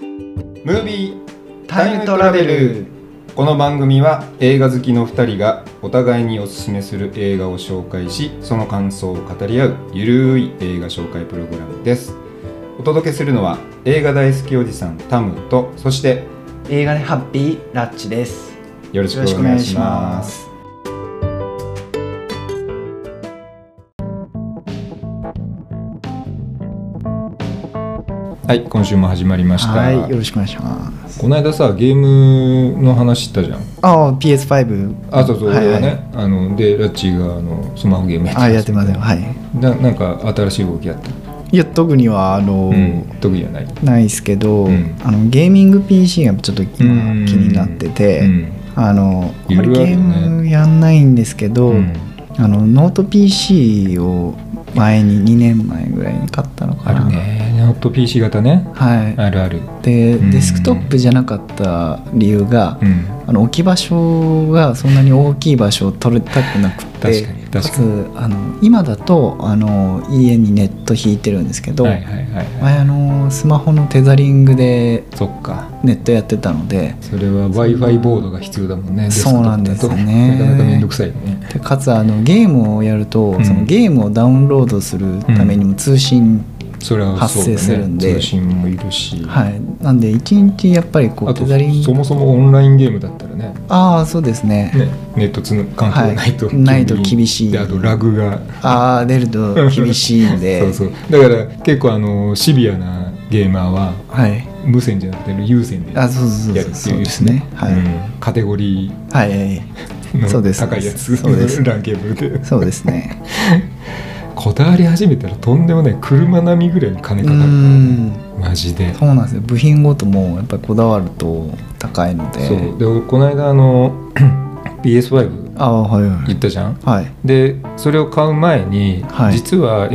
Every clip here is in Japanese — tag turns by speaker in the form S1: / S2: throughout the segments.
S1: ムービータイムトラベルこの番組は映画好きの2人がお互いにおすすめする映画を紹介しその感想を語り合うゆるい映画紹介プログラムですお届けするのは映画大好きおじさんタムとそして
S2: 映画でハッピーラッチです
S1: よろしくお願いしますはい今週も始まりました、
S2: はいよろしくお願いします
S1: この間さゲームの話したじゃん
S2: ああ PS5
S1: あそうそう、
S2: は
S1: 俺
S2: いは
S1: はいねあのでラッチがあのスマホゲームやって
S2: あやってますよ
S1: す
S2: はい
S1: ななんか新しい動きやった、
S2: いや特にはあの、
S1: うん、特技はない
S2: ないですけど、
S1: うん
S2: あのゲーミング PC がちょっと今気
S1: うん
S2: になってて、
S1: うん
S2: あのあんまり
S1: いろ
S2: ゲ
S1: いろある
S2: ー
S1: よね
S2: ムやんないんですけど、
S1: うん
S2: あのノート PC を前に2年前ぐらいに買ったのか
S1: あ
S2: な
S1: るねノート PC 型ね
S2: はい、
S1: あるある
S2: で、
S1: うん
S2: デスクトップじゃなかった理由が、
S1: うん
S2: あの置き場所がそんなに大きい場所を取りたくなくて
S1: 確かに
S2: か
S1: 確かに
S2: つあの今だとあの家にネット引いてるんですけど、
S1: はいはいはいはい
S2: 前あのスマホのテザリングで
S1: そっか
S2: ネットやってたので
S1: それは w i f i ボードが必要だもんねデスク
S2: そ
S1: ト
S2: うな
S1: ッ
S2: ん
S1: プだ
S2: です
S1: と
S2: ね
S1: なかなか面倒くさいよね
S2: でかつあのゲームをやると、
S1: うん
S2: そのゲームをダウンロードするためにも通信、
S1: それはそうだね
S2: 発生するんで
S1: 通信もいるし、
S2: はいなんで一日やっぱりこ
S1: あ
S2: う
S1: と
S2: テザリン
S1: そ
S2: グ
S1: もそもオンラインゲームだったらね
S2: ああそうですね
S1: ね、ネットつな環境がないと、
S2: はいないと厳しい
S1: であとラグが
S2: ああ出ると厳しいんで
S1: そうそうだから結構あのシビアなゲーマーは
S2: はい
S1: 無線じゃなくて有線でや
S2: あ
S1: る
S2: そうそう
S1: って
S2: そ
S1: いうう
S2: そうですねはい、
S1: うんカテゴリー
S2: はいはいはい
S1: の
S2: そうです
S1: 高いやつ
S2: そうです
S1: ランケーブルで
S2: そうですね
S1: こだわり始めたらとんでもない車並みぐらいに金
S2: う
S1: かかるからね、
S2: ん
S1: マジで
S2: そうなんですよ部品ごともやっぱりこだわると高いので
S1: そうで俺この間あの PS5
S2: ああはいは
S1: 言っ
S2: い
S1: たじゃん
S2: はい
S1: でそれを買う前に、
S2: はい
S1: 実は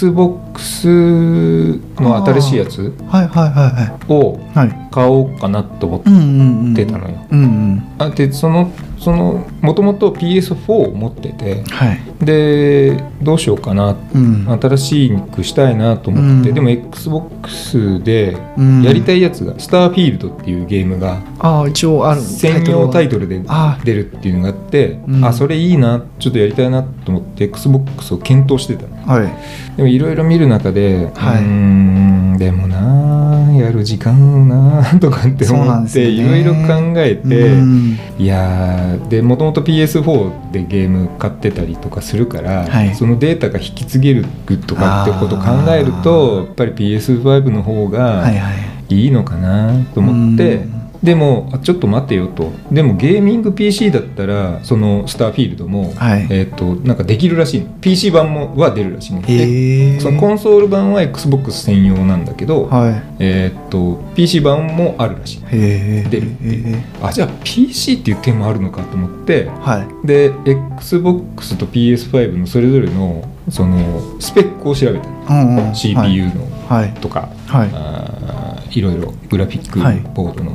S1: XBOX の新しいやつ
S2: はいはいはい
S1: を
S2: はいはい
S1: 買おうかなと思
S2: う
S1: っ
S2: んうんうん
S1: てたのよ。
S2: うんうん
S1: あでそのそのもともと PS4 を持ってて
S2: はい
S1: でどうしようかな
S2: うん
S1: 新しくしたいなと思って、
S2: うん
S1: でも XBOX で
S2: うん
S1: やりたいやつが「スターフィールド」っていうゲームが
S2: ああ一応ある
S1: 専用タイ
S2: ト
S1: トルで
S2: あ
S1: 出るっていうのがあって
S2: うん
S1: あそれいいなちょっとやりたいなと思って XBOX を検討してたの
S2: あはい
S1: でもいろいろ見る中で、
S2: はいう
S1: ーんでもなあやる時間なあとかって
S2: そうな
S1: 思
S2: ん
S1: っ
S2: ですよ
S1: て
S2: ね
S1: いろいろ考えて、
S2: うん
S1: いやーでもともと PS4 でゲーム買ってたりとかするから、
S2: はい
S1: そのデータが引き継げるとかってことを考える
S2: あ
S1: とやっぱり PS5 の方
S2: は
S1: が
S2: いはい
S1: いいのかなと思って。
S2: うん
S1: でもあちょっと待てよとでもゲーミング PC だったらそのスターフィールドも、
S2: はい
S1: えー、となんかできるらしいの PC 版もは出るらしいので
S2: へえ
S1: そのコンソール版は XBOX 専用なんだけど、
S2: は
S1: えーっと PC 版もあるらしい
S2: いへえ
S1: 出るっていうあじゃあ PC っていう手もあるのかと思って
S2: はい
S1: で XBOX と PS5 のそれぞれのそのスペックを調べたの
S2: うんうん
S1: CPU の
S2: はい
S1: とか、
S2: はい
S1: あーいろいろグラフィック
S2: はい
S1: ボードの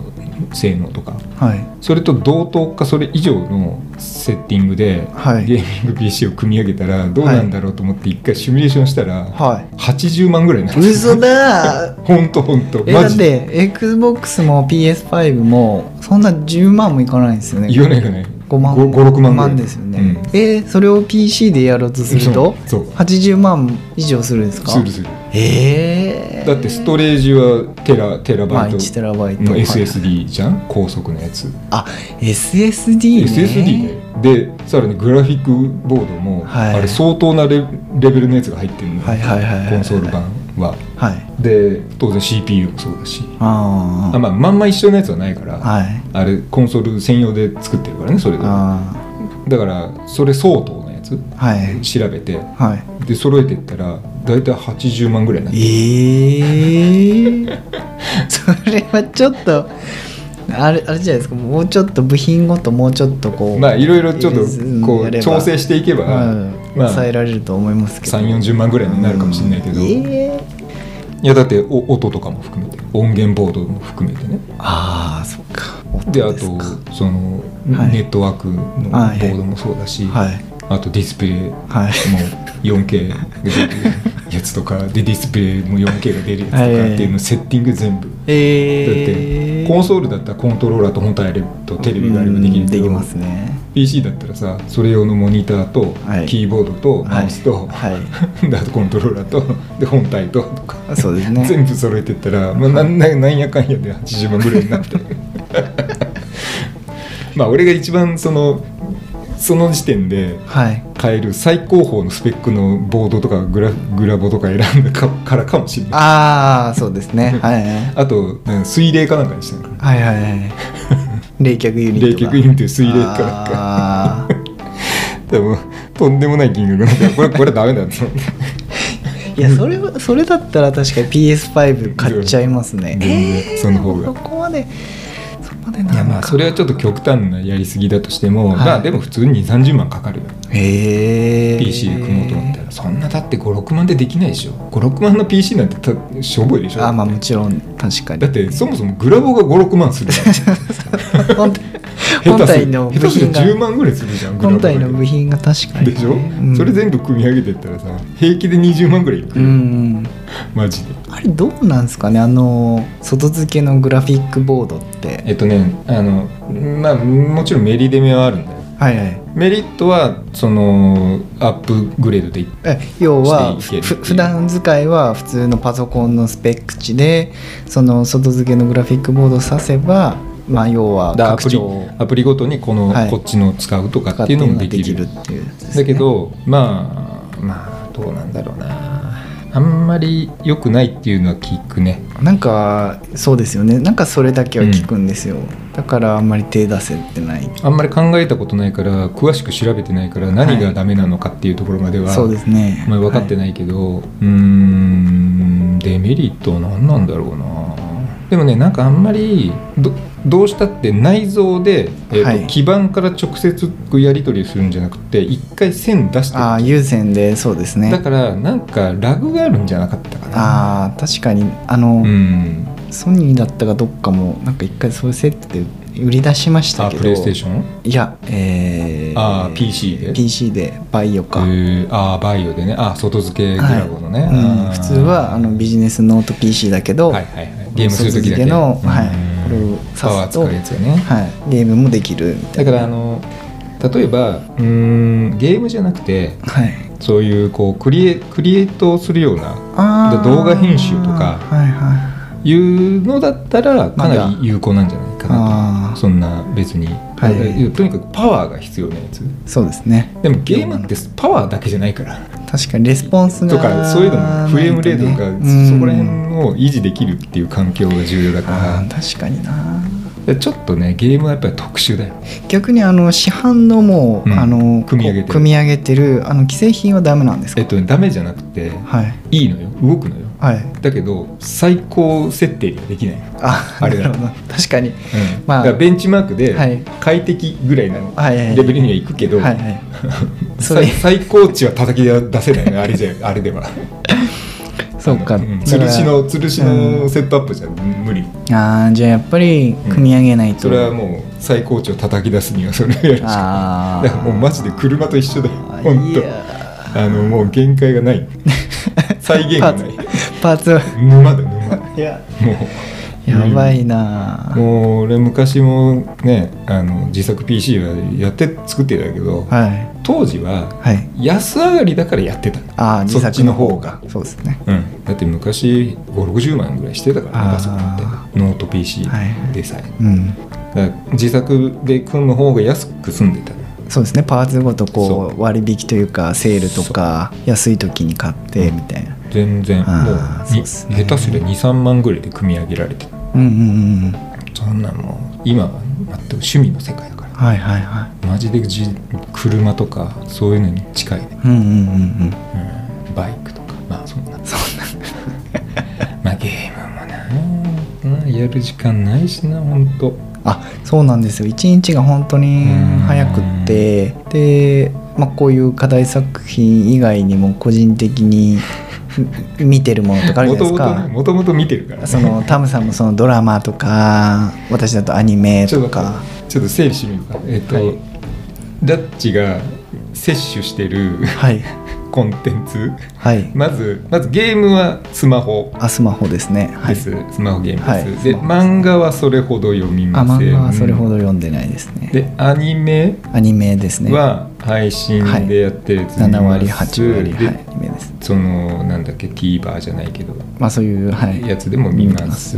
S1: 性能とか、
S2: はい
S1: それと同等かそれ以上のセッティングで、
S2: はい
S1: ゲーミング PC を組み上げたらどうなんだろうと思って一回シミュレーションしたら、
S2: はい
S1: 80万ぐらいになる
S2: 嘘 だー
S1: ほんとほんと
S2: えだ
S1: マ
S2: っ
S1: ジで
S2: て XBOX も PS5 もそんな10万もいかないんですよね
S1: 言わないよね
S2: 5万
S1: 5 6万
S2: 5
S1: ぐらい
S2: ですよね、えーそれを PC でやろうとすると
S1: そうそう
S2: 80万以上するんですか
S1: するする
S2: えー、
S1: だってストレージはテラテラ
S2: ま
S1: バ
S2: あ
S1: イト
S2: 1テラバイト
S1: の
S2: はい
S1: SSD じゃん高速のやつ
S2: あ SSD ね
S1: SSD ででさらにグラフィックボードも、
S2: はい
S1: あれ相当なレレベルのやつが入ってるのよ
S2: はいはいはいはい
S1: コンソール版は
S2: はい
S1: で当然 CPU もそうだし
S2: あ
S1: あ、まあ、まんま一緒のやつはないから、
S2: あはい
S1: あれコンソール専用で作ってるからねそれぞれ
S2: あ
S1: だからそれ相当のやつ
S2: あはい
S1: 調べて
S2: はい
S1: で揃えてったら大体80万ぐらいになって
S2: ええそれはちょっとあれあれじゃないですかもうちょっと部品ごともうちょっとこう
S1: まあいろいろちょっと
S2: うん
S1: こ
S2: や
S1: う
S2: れば
S1: 調整していけば、
S2: うん
S1: まあ
S2: 抑えられると思いますけど
S1: 3 4 0万ぐらいになるかもしれないけど、
S2: うん
S1: い
S2: ええ
S1: やだってお音とかも含めて音源ボードも含めてね
S2: ああそっか音
S1: であ
S2: すか
S1: とその
S2: はい
S1: ネットワークのボ
S2: はい
S1: ードもそうだし、
S2: はい
S1: あとディスプレイも
S2: はい
S1: 4K が出てるやつとかでディスプレイも 4K が出るやつとかっていうのセッティング全部だって
S2: えー、
S1: コンソールだったらコントローラーと本体あればとテレビがあればでき
S2: う
S1: る
S2: ん
S1: け
S2: で
S1: ど
S2: きますね
S1: PC だったらさそれ用のモニターと
S2: はい
S1: キーボードとマウスと、
S2: はい、は
S1: であとコントローラーとで本体ととか
S2: い、そうですね
S1: 全部揃えてったら、まあ、なんななんやかんやで80万ぐらいになって まあ俺が一番そのその時点で
S2: はい
S1: 買える最高峰のスペックのボードとかグラグラボとか選んだかからかもしれない
S2: ああそうですねはい
S1: あと、うん水冷かなんかにしたのか
S2: はいはいはい 冷却ユニッ
S1: 冷
S2: トが
S1: 却ユニット水冷かなんか
S2: あ
S1: でもとんでもない金額なんだよこれ これダメだと思って
S2: ーいやそれはそれだったら確かに PS5 買っちゃいますね
S1: 全然
S2: えー、
S1: その方が
S2: そこまでそこまでなん
S1: い
S2: か
S1: やまあそれはちょっと極端なやりすぎだとしても、
S2: はい
S1: まあでも普通に2 3 0万かかるよ
S2: へえ
S1: PC で組もうと思ったらそんなだって56万でできないでしょ56万の PC なんてたしょぼいでしょ
S2: あーまあもちろん確かに
S1: だってそもそもグラボが56万するじゃん
S2: 本体
S1: 下
S2: 本
S1: 手す
S2: 体
S1: る
S2: の
S1: 下
S2: 部
S1: 手する
S2: 品
S1: と
S2: が
S1: 10万ぐらいするじゃんグラボ
S2: 本
S1: だ
S2: 体
S1: け
S2: の部品が確かにね
S1: でしょ、
S2: うん
S1: それ全部組み上げてったらさ平気で20万ぐらいいく
S2: う
S1: よ、
S2: ん
S1: マジで
S2: あれどうなんですかねあの外付けのグラフィックボードって
S1: えっとねあのまあもちろんメリデメはあるんだよ
S2: はいはい
S1: メリットはそのアップグレードでい
S2: え要は
S1: していけるって
S2: ふ
S1: いう
S2: 普段使いは普通のパソコンのスペック値でその外付けのグラフィックボードを挿せばまあ要は
S1: だア
S2: 拡
S1: プリ
S2: 張を
S1: アプリごとにこの、
S2: はい
S1: こっちの使うとかっていうのもできる
S2: 使っていうのができるっていう
S1: だけどまあまあどうなんだろうなあんまり良くないっていうのは聞くね
S2: なんかそうですよねなんかそれだけは聞くんですよ、だからあんまり手出せてない
S1: あんまり考えたことないから詳しく調べてないから何がダメなのかっていうところまでは、
S2: そうですね
S1: まあ、分かって
S2: はい
S1: ないけど、うーんデメリットは何なんだろうなでもねなんかあんまりどどうしたって内蔵で、えーと
S2: はい
S1: 基板から直接やり取りするんじゃなくて一回線出してる
S2: ああ優先でそうですね
S1: だからなんかラグがあるんじゃなかったかな
S2: ああ確かにあの、
S1: うん
S2: ソニーだったかどっかもなんか一回そういうセットで売り出しました
S1: あ
S2: けど
S1: プレイステーション
S2: いやえー、
S1: あー PC で
S2: PC でバイオか、
S1: えーああバイオでねあ外付けグラボのね、
S2: うん
S1: あー
S2: 普通はあのビジネスノート PC だけど、
S1: はいはいはいゲームする時だけ
S2: 外付けのはい
S1: うん
S2: これを
S1: パワー
S2: 挿す
S1: 使
S2: と
S1: うやつよね、
S2: はい、ゲームもできるみた
S1: だ
S2: い
S1: か
S2: な
S1: らあの例えばうーんゲームじゃなくて
S2: はい、
S1: そういうこうクリエクリエイトをするような
S2: あー
S1: 動画編集とか
S2: はいはい
S1: いうのだったらかな
S2: まだ
S1: り有効なんじゃないかな
S2: あ
S1: と
S2: ー
S1: そんな別に、
S2: はい
S1: あとにかくパワーが必要なやつ
S2: そうですね
S1: でもゲームってパワーだけじゃないから
S2: 確かにレスポンスが
S1: とかそういうのもフレームレートとか
S2: ないとね
S1: そこら辺
S2: うん
S1: を維持できるっていう環境が重要だ
S2: あ
S1: か
S2: ー確かにな
S1: らちょっとねゲームはやっぱり特殊だよ
S2: 逆にあの市販のもう、
S1: うん
S2: あの
S1: 組み上げてる
S2: こう組み上げてるあの既製品はダメなんですか
S1: えっとダメじゃなくて
S2: はい
S1: いいのよ動くのよ
S2: はい
S1: だけど最高設定ができないの、うん、
S2: あ
S1: あ
S2: な
S1: れだ
S2: るほど確かにまあ
S1: だからベンチマークで
S2: はい
S1: 快適ぐらいの
S2: はいはいはい
S1: レベルにはいくけど、
S2: はいはいそ
S1: さ
S2: れ
S1: い最高値は叩き出せないのあれじゃ あれでは
S2: そうか
S1: あのん吊るしの吊るしのセットアップじゃ無理
S2: あーじゃあやっぱり組み上げないと、
S1: それはもう最高値を叩き出すにはそれをやるしかない
S2: あ
S1: だから もうマジで車と一緒だよ
S2: あ
S1: 本
S2: い
S1: 当
S2: や
S1: あのもう限界がない 再現がない
S2: パーツは
S1: 沼だ沼も
S2: いや
S1: う
S2: やばいな
S1: もう俺昔もねあの自作 PC はやって作ってたけど、
S2: はい
S1: 当時は
S2: はい
S1: 安上がりだからやってた、
S2: ああ
S1: そっ
S2: 自
S1: ち
S2: 作
S1: の方が
S2: そうですね
S1: うん、だって昔560万ぐらいしてたからね
S2: あー
S1: パソコンってノート PC
S2: はい
S1: でさえ、
S2: うん
S1: だから自作で組む方が安く済んでた
S2: そうですねパーツごと
S1: そ
S2: こう割引というかセールとか安い時に買ってみたいな
S1: 全然もう
S2: あーそう
S1: に
S2: っすね
S1: 下手すりゃ23万ぐらいで組み上げられてた
S2: うんうんうんうん
S1: そんなんもう今は全く趣味の世界だから
S2: はいはいは
S1: マジでじ車とかそういうのに近いね、
S2: いうんうんうんうん
S1: うん、バイクとかまあそんなそんなまあゲームもな、うん、やる時間ないしなほんと
S2: あそうなんですよ一日が本当に早くってで、まあ、こういう課題作品以外にも個人的に見てるものとかある
S1: も
S2: じゃないで
S1: と
S2: す
S1: もとね
S2: か。
S1: もともと見てるから、ね、
S2: そのタムさんもそのドラマとか私だとアニ メ
S1: ちょっ
S2: と
S1: と待
S2: か
S1: ってちょっと整理してみようかえっ、と、
S2: はい
S1: ダッチが摂取してる
S2: はい
S1: コンテンツ
S2: はい
S1: まずまずゲームはスマホ
S2: あスマホですねは
S1: で
S2: い
S1: す、スマホゲームです、
S2: はい
S1: で
S2: スマホ
S1: 漫画はそれほど読み
S2: あ
S1: ません
S2: 漫画はそれほど読んでないですね
S1: でアニメ
S2: アニメですね
S1: は配信でやってるやつ見
S2: 7割
S1: ます
S2: 8割は
S1: で
S2: いアニメです
S1: そのなんだっけ TVer じゃないけど、
S2: まあそういうはい
S1: やつでも見ます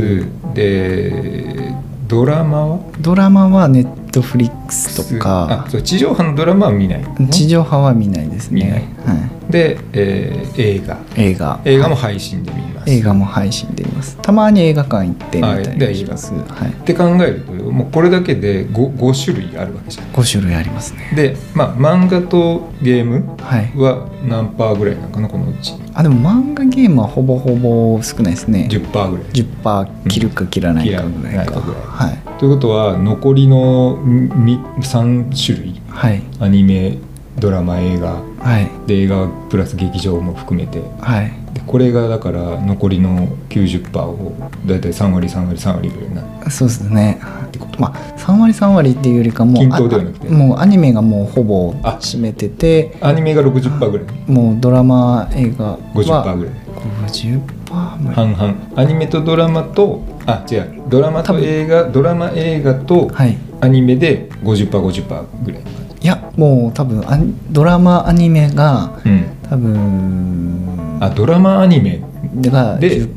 S2: 見
S1: でドラマは
S2: ドラマはネットフリックスとか
S1: あそう地上波のドラマは見ないのね
S2: 地上波は見ないですね
S1: 見
S2: は
S1: で、えー映画
S2: い映画
S1: 映画も配信で見ます、
S2: 映画も配信でいますたまに映画館行ってみた
S1: はい
S2: り
S1: で
S2: もしますはい
S1: って考えるともうこれだけで 5, 5種類あるわけじゃん
S2: 5種類ありますね
S1: でまあ漫画とゲーム
S2: はい
S1: は何パーぐらいなのかなこのうち
S2: あでも漫画ゲームはほぼほぼ少ないですね
S1: 10パーぐらい
S2: 10%切るか切らないかぐらい
S1: 切らな
S2: か、
S1: いかぐらい
S2: はい
S1: ということは残りの3種類
S2: はい
S1: アニメドラマ映画
S2: はい
S1: で映画プラス劇場も含めて
S2: はい
S1: でこれがだから残りの90%をだいたい3割3割3割ぐらいになる
S2: そうですね
S1: ってこと
S2: まあ3割3割っていうよりかもう
S1: 均等ではなくて
S2: あもうアニメがもうほぼ
S1: あ
S2: 占めてて
S1: アニメが60%ぐらい
S2: もうドラマ映画
S1: 50%
S2: は
S1: ぐらい
S2: 50%ぐらい
S1: 半々アニメとドラマとあ違うドラマ
S2: 多
S1: と
S2: 分
S1: 映画ドラマ映画と
S2: はい
S1: アニメで 50%50% ぐらいの感じ
S2: いやもう多分アニドラマアニメが
S1: うん
S2: 多分
S1: あドラマアニメ、
S2: が
S1: で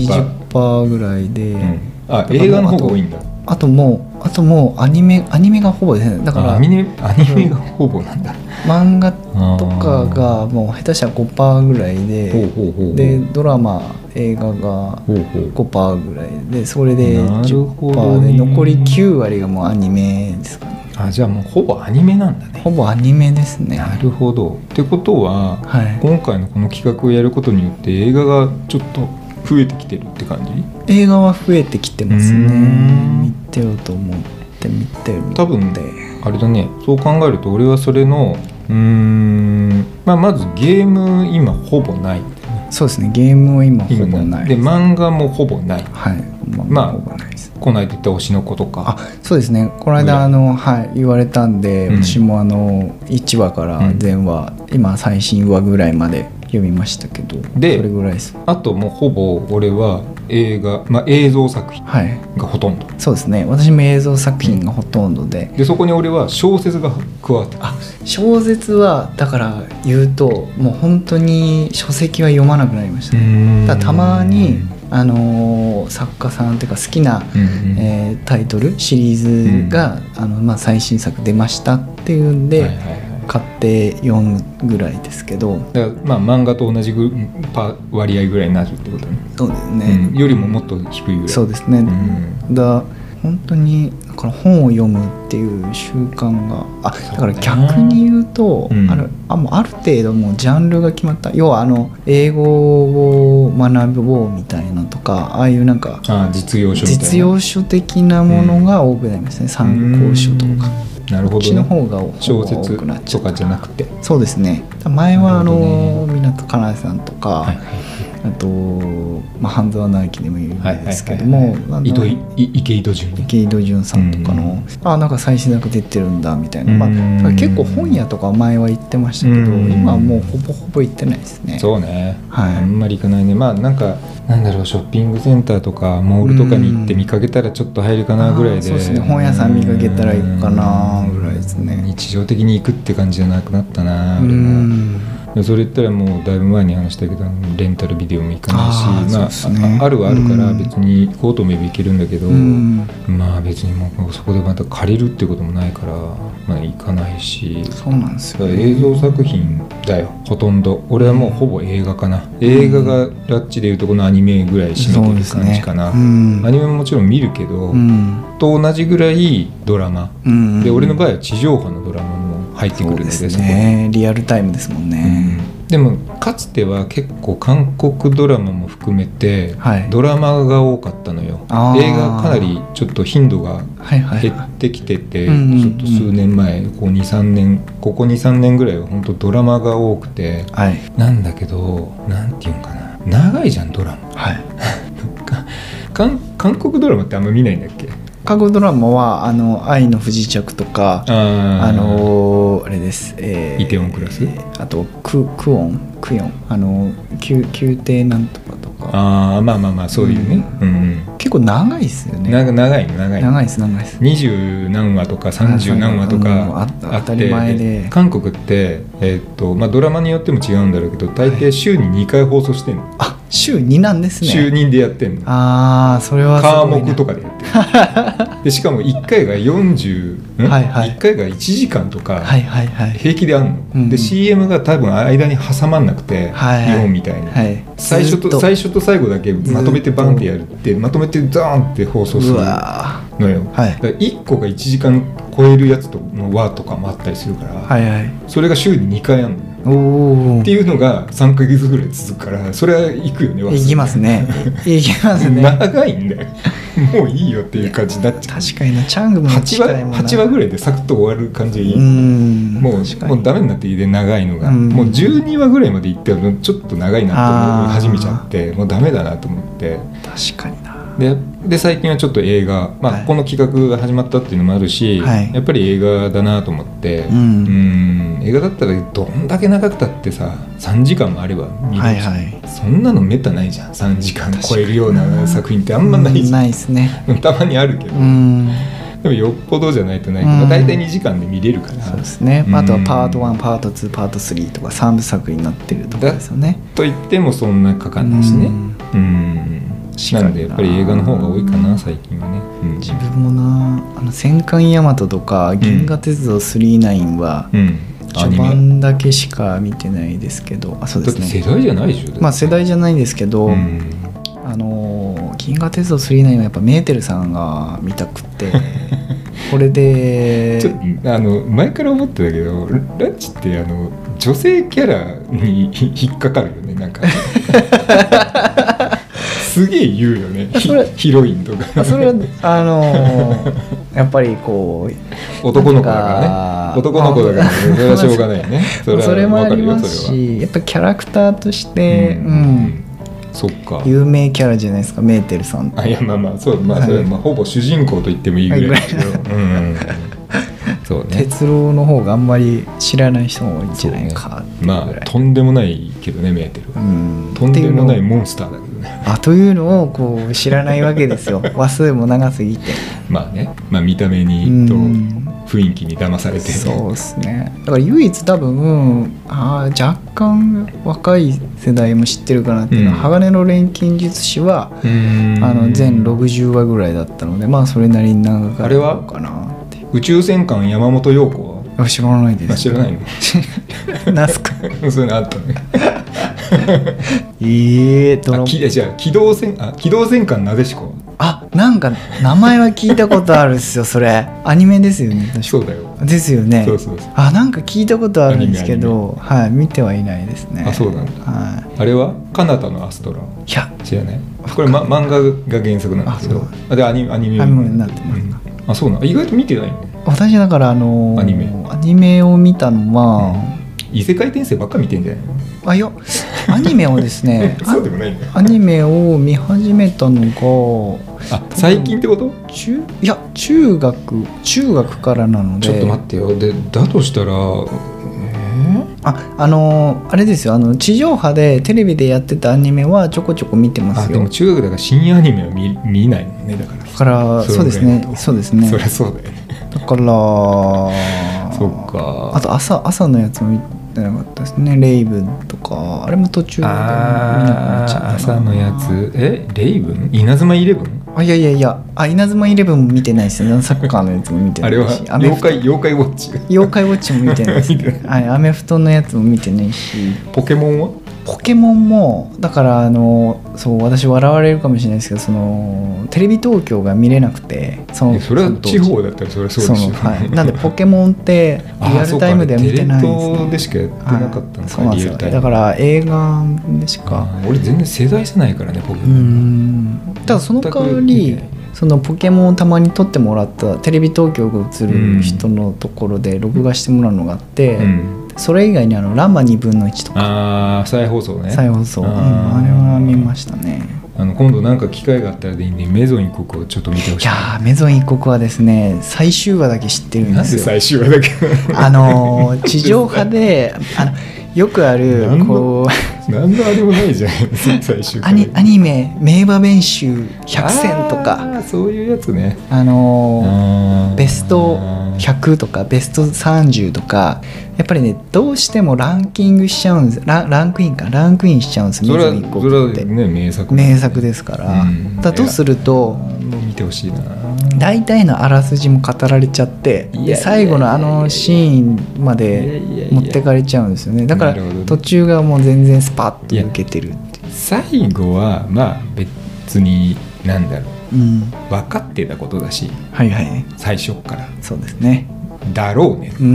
S2: 10%20% ぐらいで、
S1: うん、あ映画の方が多いんだ
S2: あともうあともうアニメアニメがほぼですねだか
S1: あ
S2: ら
S1: アニメアニメがほぼなんだ
S2: 漫画とかがもう下手したら5%ぐらい
S1: ほう
S2: で
S1: ほうほう
S2: でドラマ映画が
S1: ほうほう
S2: 5%ぐらいでそれで
S1: なるほど
S2: 10%
S1: ね
S2: で残り9割がもうアニメですかね
S1: あじゃあもうほぼアニメなんだね
S2: ほぼアニメですね
S1: なるほどってことは
S2: はい
S1: 今回のこの企画をやることによって映画がちょっと増えてきてるって感じ
S2: 映画は増えてきてます
S1: うー
S2: ね
S1: ん
S2: 見てよと思って見てる
S1: 多分
S2: で
S1: あれだねそう考えると俺はそれのうーん、まあ、まずゲーム今ほぼない
S2: そうですねゲームは今ほぼない
S1: で漫画もほぼない
S2: はい
S1: ま
S2: ま
S1: あ
S2: あほぼないです
S1: こないだ言った推しの子とか
S2: あそうですねこの間あの、はい、言われたんで、
S1: うん
S2: 私もあの1話から全話、今最新話ぐらいまで読みましたけど
S1: で
S2: それぐらいです
S1: あともうほぼ俺は映画、まあ、映像作品
S2: はい
S1: がほとんど
S2: そうですね私も映像作品がほとんどで、
S1: でそこに俺は小説が加わって
S2: あ小説はだから言うともう本当に書籍は読まなくなりました、
S1: ん
S2: ただたまに、あのー作家さんというか好きな、
S1: うんうん
S2: えータイトルシリーズが、あのまあ、最新作出ましたっていうんで、
S1: はいはいはい
S2: 買って読むぐらいですけど
S1: だからまあ漫画と同じぐパ割合ぐらいになるってことね、
S2: そうです
S1: うん、
S2: ね、
S1: よりももっと低いぐらい
S2: そうですね、
S1: うん
S2: だ本当にだから本を読むっていう習慣があだから逆に言うと
S1: うん
S2: あるあもうある程度もうジャンルが決まった要はあの英語を学ぼうみたいなとかああいうなんか
S1: ああ実用書みたいな
S2: 実用書的なものが多くなりますね、参考書とか。
S1: うんなるほ
S2: こっ
S1: ど、
S2: ちの方
S1: ね、
S2: が
S1: 小
S2: 方が多
S1: 説
S2: くなっちゃ
S1: と
S2: う
S1: かじゃなくて
S2: そうですね前はあ
S1: なるほ
S2: の湊かなえさんとか、
S1: はい
S2: あと、まあ、半沢直樹でも有
S1: は
S2: 名
S1: い
S2: ですけども、あの
S1: 糸井い池井戸潤ね
S2: 池井戸潤さんとか
S1: うんう
S2: の
S1: ん、
S2: あなんか最新作出てるんだみたいな、まあ、
S1: う
S2: だ
S1: ん
S2: から結構本屋とか前は行ってましたけど、
S1: うん
S2: 今はもうほぼほぼ行ってないですね。
S1: そうね、
S2: はい
S1: あんまり行かないねまあなんかなんだろうショッピングセンターとかモールとかに行って見かけたらちょっと入るかなぐらいで
S2: あーそうですね本屋さん見かけたら行くかなぐらいですね
S1: うん日常的に行くって感じじゃなくなったな
S2: う
S1: 俺も
S2: ん
S1: でそれ言ったらもうだいぶ前に話したけどレンタルビデオも行かないし
S2: あー
S1: まあ
S2: そうですね
S1: ああるはあるから
S2: うん
S1: 別に行こうと思えば行けるんだけど、
S2: うん
S1: まあ別にもうそこでまた借りるってこともないから、まあ、行かないし
S2: そうなんですよ、ね、
S1: 映像作品だよほとんど俺はもうほぼ映画かな映画がラッチでいうとこのアニメぐらい占めてる感じかな、
S2: そうですねうん
S1: アニメももちろん見るけど、
S2: うん
S1: と同じぐらいドラマ、
S2: うん、
S1: で俺の場合は地上波のドラマも入ってくるので
S2: そうです
S1: そこに
S2: ねリアルタイムですもんね、
S1: でもかつては結構韓国ドラマも含めて、
S2: はい
S1: ドラマが多かったのよ
S2: あー
S1: 映画かなりちょっと頻度が
S2: はいはい
S1: 減
S2: は
S1: ってきてて、
S2: うんうんうん
S1: ちょっと数年前こう23年ここ23年ぐらいは本当ドラマが多くて
S2: いはい
S1: なんだけどなんていうんかな長いじゃんドラマ
S2: はい
S1: か韓韓国ドラマってあんま見ないんだっけ
S2: 韓国ドラマは「あの愛の不時着」とか
S1: あー
S2: あのーあれです、え
S1: イテウォンクラス
S2: あとククオンクヨンあの宮宮廷なんとかとか
S1: あーまあまあまあそういうね、うん
S2: 結構長いですよ
S1: うん、
S2: ね
S1: な長い長い
S2: 長いです長いです
S1: 二十何話とか三十何話と
S2: うん
S1: かあ
S2: あ
S1: って
S2: 当たり前で
S1: 韓国って、えーっとまあ、ドラマによっても違うんだろうけど大抵週に2回放送してんの、
S2: あ週2なんですね
S1: 週2でやってんの
S2: ああそれはす
S1: 科
S2: ごいな
S1: 目とかでやってるでしかも1回が40ん、
S2: はいはい
S1: 1回が1時間とか
S2: はいはいはい
S1: 平気であんの、
S2: うん
S1: で CM が多分間に挟まんなくて、
S2: はいはい
S1: 日本みたいに、
S2: はい
S1: 最初
S2: ずっ
S1: と最初と最後だけまとめてバンってやるってまとめてザーンって放送す
S2: う
S1: る
S2: わ
S1: のよ
S2: ーはい
S1: 1個が1時間超えるやつとの輪とかもあったりするから、
S2: はいはい
S1: それが週に2回あるのよ
S2: おお
S1: っていうのが3ヶ月ぐらい続くからそれは行くよね忘れ
S2: いきますねいきますね
S1: 長いんだよもういいよっていう感じになっちゃう
S2: 確かになチャングムの
S1: 8話
S2: もな
S1: 八話ぐらいでサクッと終わる感じがいい、
S2: うん
S1: も
S2: 確か
S1: う
S2: に
S1: もうダメになっていいで長いのが、
S2: うん
S1: もう12話ぐらいまで行ってもちょっと長いなと思い始めちゃってもうダメだなと思って
S2: 確かにな
S1: でで最近はちょっと映画、まあ
S2: はい
S1: この企画が始まったっていうのもあるし、
S2: はい
S1: やっぱり映画だなと思って、
S2: うん
S1: うん映画だったらどんだけ長くたってさ3時間もあれば見
S2: は
S1: れ
S2: い
S1: るじゃん、
S2: はい
S1: そんなのめったないじゃん3時間超えるよう
S2: 確か
S1: な
S2: に
S1: 作品ってあんまないじゃん、
S2: ないですね
S1: たまにあるけど、
S2: うん
S1: でもよっぽどじゃないとないけど、
S2: うん
S1: 大体2時間で見れるから
S2: そうですね、
S1: うん
S2: あとはパート1パート2パート3とか3部作になってるところですよね
S1: と言ってもそんなかかんないしね
S2: うん
S1: うん
S2: 確
S1: な
S2: かにな
S1: のでやっぱり映画の方が多いかな最近はね、うん、
S2: 自分もなあの戦艦ヤマトとか銀河鉄道39は
S1: うんアニ
S2: 序
S1: メ
S2: 盤だけしか見てないですけどあそうで
S1: だって
S2: す
S1: 世
S2: ね
S1: 代じゃないでしょ
S2: まあ世代じゃないんですけど、
S1: うん
S2: あのー銀河鉄道39はやっぱメーテルさんが見たく てこれで
S1: ちょっとあの前から思ってたけどラッチってあの女性キャラに 引っかかるよねなん かすげえ言うよね
S2: あ
S1: ヒ
S2: それ
S1: ヒロインとか
S2: あそれはあの ーやっぱりこう
S1: 男の子だから
S2: なん
S1: ね
S2: か
S1: 男の子だから、ね、
S2: あ
S1: それはしょうがないよね
S2: それ
S1: は
S2: もあ
S1: わか
S2: り
S1: るよ
S2: ます
S1: それは
S2: しやっぱキャラクターとして、うん
S1: そっか
S2: 有名キャラじゃないですかメーテルさんって
S1: あいやまあまあそうまあ
S2: はい
S1: それはまあほぼ主人公と言ってもいいぐらいだけど、うんそうね
S2: 鉄郎の方があんまり知らない人も多いんじゃないかっていうぐらい
S1: まあ、とんでもないけどねメーテルは
S2: うん
S1: とんでもない
S2: ってうのを
S1: モンスターだけどね
S2: あというのをこう知らないわ けですよ話数も長すぎて
S1: まあね、まあ、見た目
S2: うん
S1: にと雰囲気に騙されて
S2: そうですねだから唯一多分あー若干若い世代も知ってるかなっていうのは、
S1: うん
S2: 鋼の錬金術師は
S1: うーん
S2: あの全60話ぐらいだったのでまあそれなりに長かったのかなって
S1: 宇宙戦艦山本陽子は
S2: あ知らないで
S1: あ
S2: す
S1: 知らないの
S2: なんすか
S1: そういうのあったね
S2: ええー、ドラ
S1: あ
S2: マ
S1: きじゃあ機動戦あ機動戦艦なでしこ
S2: あなんか名前は聞いたことあるっすよそれアニメですよね確
S1: そうだよ
S2: かですよね
S1: そうそうそう
S2: あなんか聞いたことあるんですけどはい見てはいないですね
S1: あそうなんだ
S2: は
S1: あれはカナタのアストラ
S2: いいや
S1: 知らないこれ、ま、漫画が原作なんだけ
S2: あ
S1: ど
S2: そ
S1: あでアニアニメ
S2: アニメになってます
S1: うんあそうなん意外と見てないね
S2: 私だからあのー
S1: アニメ
S2: アニメを見たのは、
S1: 異世界転生ばっか見てんじゃない
S2: あいやアニメをですね
S1: そうでもないんだ
S2: アニメを見始めたのが
S1: あ最近ってこと
S2: 中いや中学中学からなので
S1: ちょっと待ってよでだとしたらえー
S2: ああのーあれですよあの地上波でテレビでやってたアニメはちょこちょこ見てま
S1: あ
S2: す
S1: で
S2: よ
S1: も中学だから深夜アニメは見見ないもんねだから
S2: だからそうですねそうですね
S1: そりゃそうだよね
S2: だから
S1: そっか
S2: あと朝朝のやつも見てなかったですねレイブンとかあれも途中で見なくなっちゃった
S1: あ
S2: な
S1: ー朝のやつえレイブン稲妻イレブン
S2: あいやいやいやあ稲妻イレブンも見てな いしサッカーのやつも見てな
S1: あ
S2: いし
S1: れは
S2: アメフ
S1: 妖
S2: ト
S1: 怪妖怪ウォッチ
S2: 妖怪ウォッチも見てないし
S1: 見て
S2: はいアメフトのやつも見てないし
S1: ポケモンは
S2: ポケモンもだからあのそう私笑われるかもしれないですけどそのテレビ東京が見れなくてそ
S1: え
S2: の
S1: それは
S2: の当
S1: 地
S2: 時
S1: 方だったらそれはそう
S2: そ
S1: でしょ
S2: のはい、なんでポケモンって
S1: あー
S2: リアルタイムでは見てない
S1: そう
S2: んです
S1: かテレ東で
S2: ね
S1: しかやってなかったの
S2: そうな
S1: か
S2: ん
S1: リ
S2: で
S1: アル
S2: すよ
S1: タイム
S2: だから映画でしか
S1: あー俺全然世代じゃないからねポケ
S2: う
S1: モン
S2: んただその代わ
S1: 全
S2: り
S1: く見て
S2: そのポケモンをたまに撮ってもらったテレビ東京が映る人のところで録画してもらうのがあって、
S1: うん
S2: それ以外にあの「ランマ2分の1」とか
S1: ああ再放送ね
S2: 再放送、うん
S1: あー
S2: あれは見ましたね
S1: あの今度なんか機会があったらでいいんでメゾン一国をちょっと見てほし
S2: い
S1: い
S2: やーメゾン一国はですね最終話だけ知ってるん
S1: な
S2: で
S1: んです
S2: よ
S1: 最終話だけ
S2: あのー地上波であのよくある
S1: なんだ
S2: こう
S1: 何のあれもない じゃないですか最終
S2: ア
S1: 回
S2: ニアニメ名場面集100選とか
S1: あーそういうやつね
S2: あのーベスト
S1: 100
S2: 100とかベスト30とかやっぱりねどうしてもランキングしちゃうんですランランクインかランクインしちゃうんです
S1: それは
S2: 水野一
S1: それ
S2: 国
S1: は
S2: って
S1: ね名作
S2: 名作ですから、
S1: うん
S2: だとすると
S1: もう見てほしいな
S2: 大体のあらすじも語られちゃって
S1: いやいやいやい
S2: で
S1: や
S2: 最後のあのシーンまで持ってかれちゃうんですよねだか
S1: なるほどね
S2: ら途中がもう全然スパッと抜けてるっていう
S1: 最後はまあ別に何だろ
S2: うん
S1: う分かってたことだし
S2: はいはい
S1: 最初っから
S2: そうですね
S1: だろうね
S2: うんうんう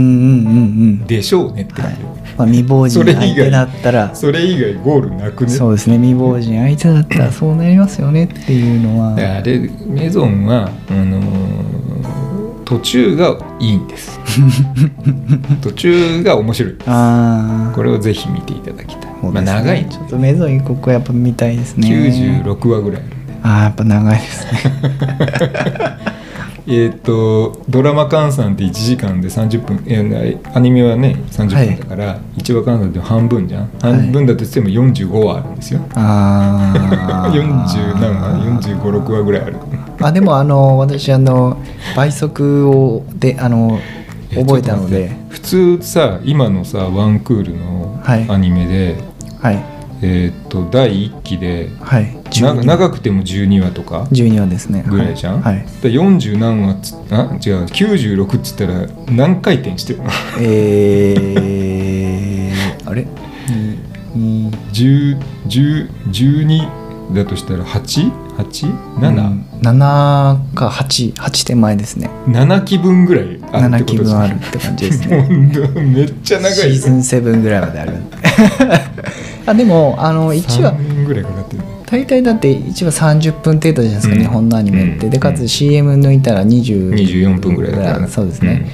S2: ん
S1: でしょうねって
S2: うんは
S1: 感
S2: い
S1: じ、
S2: まあ、未亡人
S1: それ以外
S2: 相手だったら
S1: それ以外ゴールなくね
S2: そうですね未亡人相手だった らそうなりますよねっていうのは
S1: だからあれメゾンはあのー途中がいいんです 途中が面白い
S2: あ
S1: これをぜひ見ていただきたい、
S2: あ、
S1: まあ、長いんで
S2: ちょっとメゾン一国はやっぱ見たいですね
S1: 96話ぐらいあるんで
S2: ああやっぱ長いですね
S1: えーっとドラマ換算って1時間で30分いやアニメはね30分だから、一1話換算って半分じゃん半分だとしても45話あるんですよ、
S2: ああ
S1: 40何話456話ぐらいある
S2: あでもあの私あの倍速をであの覚えた
S1: えちょっと待
S2: の
S1: っ
S2: で
S1: て普通さ今のさワンクールの
S2: はい
S1: アニメで、
S2: はい
S1: えーっと第1期で
S2: はい
S1: な
S2: 12
S1: 長くても12話とか
S2: 12話ですね
S1: ぐらいじゃん、
S2: はい、はい
S1: で40何話っつあ違う96っつったら何回転してるの
S2: えー、あれうん
S1: 10 10 12だとしたら 8?8?7?7
S2: 7か8、8手前ですね。
S1: 期分ぐらいあるっ
S2: 7
S1: て
S2: 気
S1: ことです
S2: 分
S1: ね
S2: あるって感じですね。
S1: もうめっちゃ 長
S2: シ
S1: い
S2: ーズン7ぐらいまである。 あでもあの1話
S1: 3年ぐらいかかってるね
S2: 大体だって1話30分程度じゃないですか、
S1: うん
S2: 日本のアニメって、
S1: うん
S2: でか
S1: う
S2: つ
S1: ん
S2: CM 抜いたら20
S1: 24分ぐらいだからね
S2: そうですね、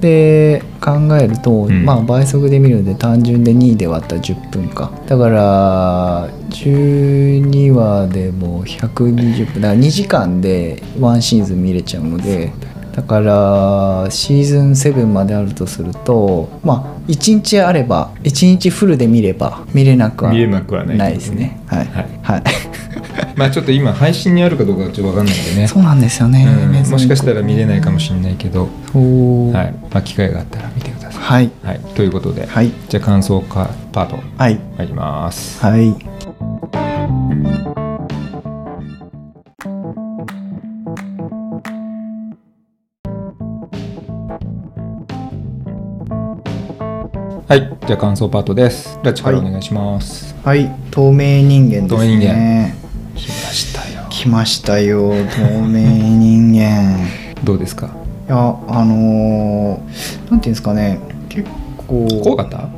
S2: で考えると、
S1: ん
S2: まあ倍速で見るので単純で2で割ったら10分かだから12話でも120分だから2時間で1シーズン見れちゃうのでだからシーズン7まであるとするとまあ1日あれば1日フルで見れば見れなくは
S1: 見れなくはない
S2: ないですねはい
S1: はい
S2: はい
S1: まあちょっと今配信にあるかどうかはちょっと分かんないんでね
S2: そうなんですよね、
S1: うんもしかしたら見れないかもしれないけど、
S2: おー
S1: はいまあ、機会があったら見てください。
S2: はい
S1: はい、ということで、
S2: はい
S1: じゃあ感想かパート
S2: はい
S1: 入ります。
S2: はい
S1: はい、じゃあ感想パートです。ラチからお願いします。
S2: はい透明人間です
S1: 透明人
S2: ね
S1: 来ましたよ。
S2: 来ましたよ透明人 間い
S1: どうですか
S2: やあのー、なんていうんですかね結構
S1: 怖かった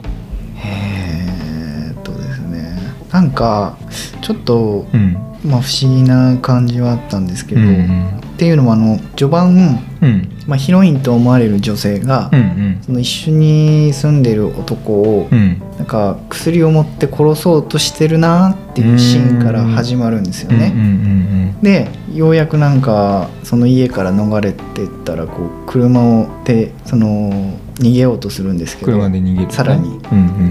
S2: えーっとですねなんかちょっと、
S1: うん。
S2: まあ、不思議な感じはあったんですけ
S1: う
S2: ど、
S1: ん
S2: っていうのもあの序盤、
S1: うん。うん。
S2: まあ、ヒロインと思われる女性が、
S1: うん
S2: その一緒に住んでる男を、
S1: うん。うん。
S2: なんか薬を持って殺そうとしてるなっていうシーンから始まるんですよね。
S1: うんうん
S2: でようやくなんかその家から逃れてったらこう車をでその逃げようとするんです
S1: うん
S2: けど
S1: 車で逃げて、ね。
S2: さらに。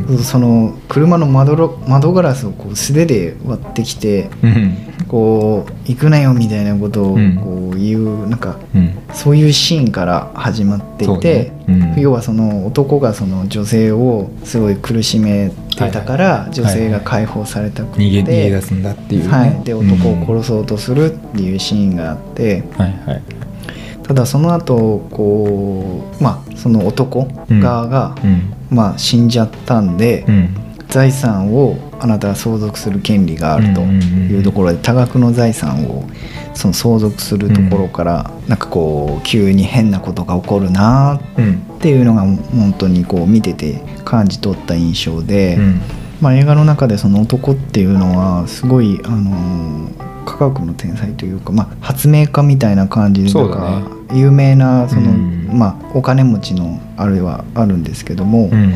S1: うん
S2: その車の窓ろ窓ガラスをこう素手で割ってきて
S1: うん。うん。
S2: こう「行くなよ」みたいなことを
S1: うん
S2: こう言うなんか
S1: うん。
S2: そういうシーンから始まっていて。
S1: ねうん
S2: 要はその男がその女性をすごい苦しめてたから女性が解放されたくて、
S1: 逃げ逃げ出すんだっていうね、
S2: はい、で男を
S1: す、
S2: 殺そうとするっていうシーンがあって、
S1: はいはい
S2: ただその後こうまあその男側が、
S1: うん
S2: まあ、死んじゃったんで、
S1: うん
S2: 財産をあなたが相続する権利があると
S1: うんうんうん
S2: いうところで多額の財産をその相続するところから、なんかこう急に変なことが起こるな
S1: うん
S2: っていうのが本当にこう見てて感じ取った印象で。
S1: うん
S2: まあ、映画の中でその男っていうのはすごい、あのー科学の天才というか、まあ、発明家みたいな感じで
S1: そ
S2: な
S1: うんだね
S2: か有名なその、
S1: うん
S2: まあ、お金持ちのあれはあるんですけども、
S1: うん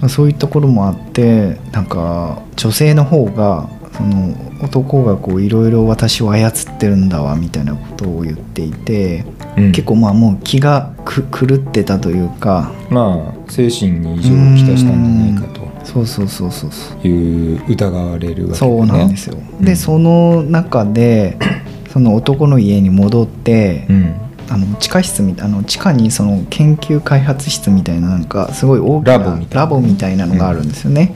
S2: まあそういうところもあってなんか女性の方がその男がこういろいろ私を操ってるんだわみたいなことを言っていて、
S1: うん
S2: 結構まあもう気がく狂ってたというか
S1: まあ精神に異常をきたしたんじゃないか
S2: そうそうそうそうそう
S1: という疑われるわけ
S2: そうなんですよ、
S1: う
S2: で
S1: ん
S2: その中で その男の家に戻って、
S1: うん
S2: あの地下室みたいあの地下にその研究開発室みたいななんかすごい大きな
S1: ラボみたいな
S2: ラボみたいなのがあるんですよね、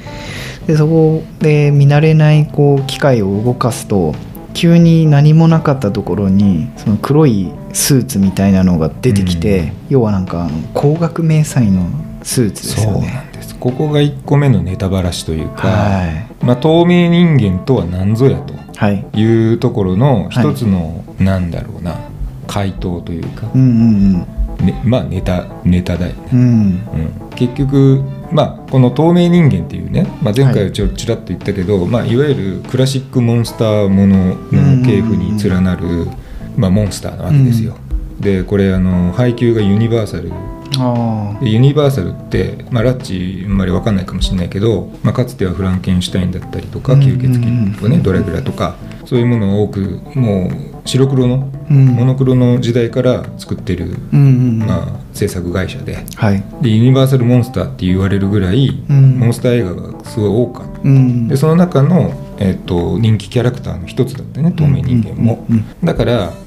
S2: でそこで見慣れないこう機械を動かすと急に何もなかったところにその黒いスーツみたいなのが出てきて、
S1: うん
S2: 要はなんかあの光学迷彩のスーツで
S1: そ
S2: すよ
S1: う
S2: ね
S1: なんですここが1個目のネタばらしというか、
S2: は
S1: まあ、透明人間とは何ぞやと
S2: いはい
S1: いうところの一つの、なんだろうな回答というか
S2: う、んうん
S1: ね、まあネタネタだよね
S2: うんう
S1: う
S2: ん
S1: ん、結局、まあ、この透明人間っていうね、まあ、前回ちょちらっと言ったけど、いまあ、いわゆるクラシックモンスターものの系譜に連なる、まあ、モンスターなわけですよ。でこれあの配給がユニバーサル
S2: あ
S1: でユニバーサルって、まあ、ラッチあんまり分かんないかもしれないけど、まあ、かつてはフランケンシュタインだったりとか
S2: うん
S1: 吸血鬼とか
S2: う
S1: ね
S2: ん
S1: ドラキュラとかそういうものを多くもう白黒の
S2: あうん
S1: モノクロの時代から作ってる、
S2: うんうんうん
S1: まあ、制作会社で
S2: はい
S1: でユニバーサルモンスターって言われるぐらい、
S2: うん
S1: モンスター映画がすごい多かった
S2: うん
S1: でその中の、えっと人気キャラクターの一つだったね透明人間も、
S2: うんうん
S1: だから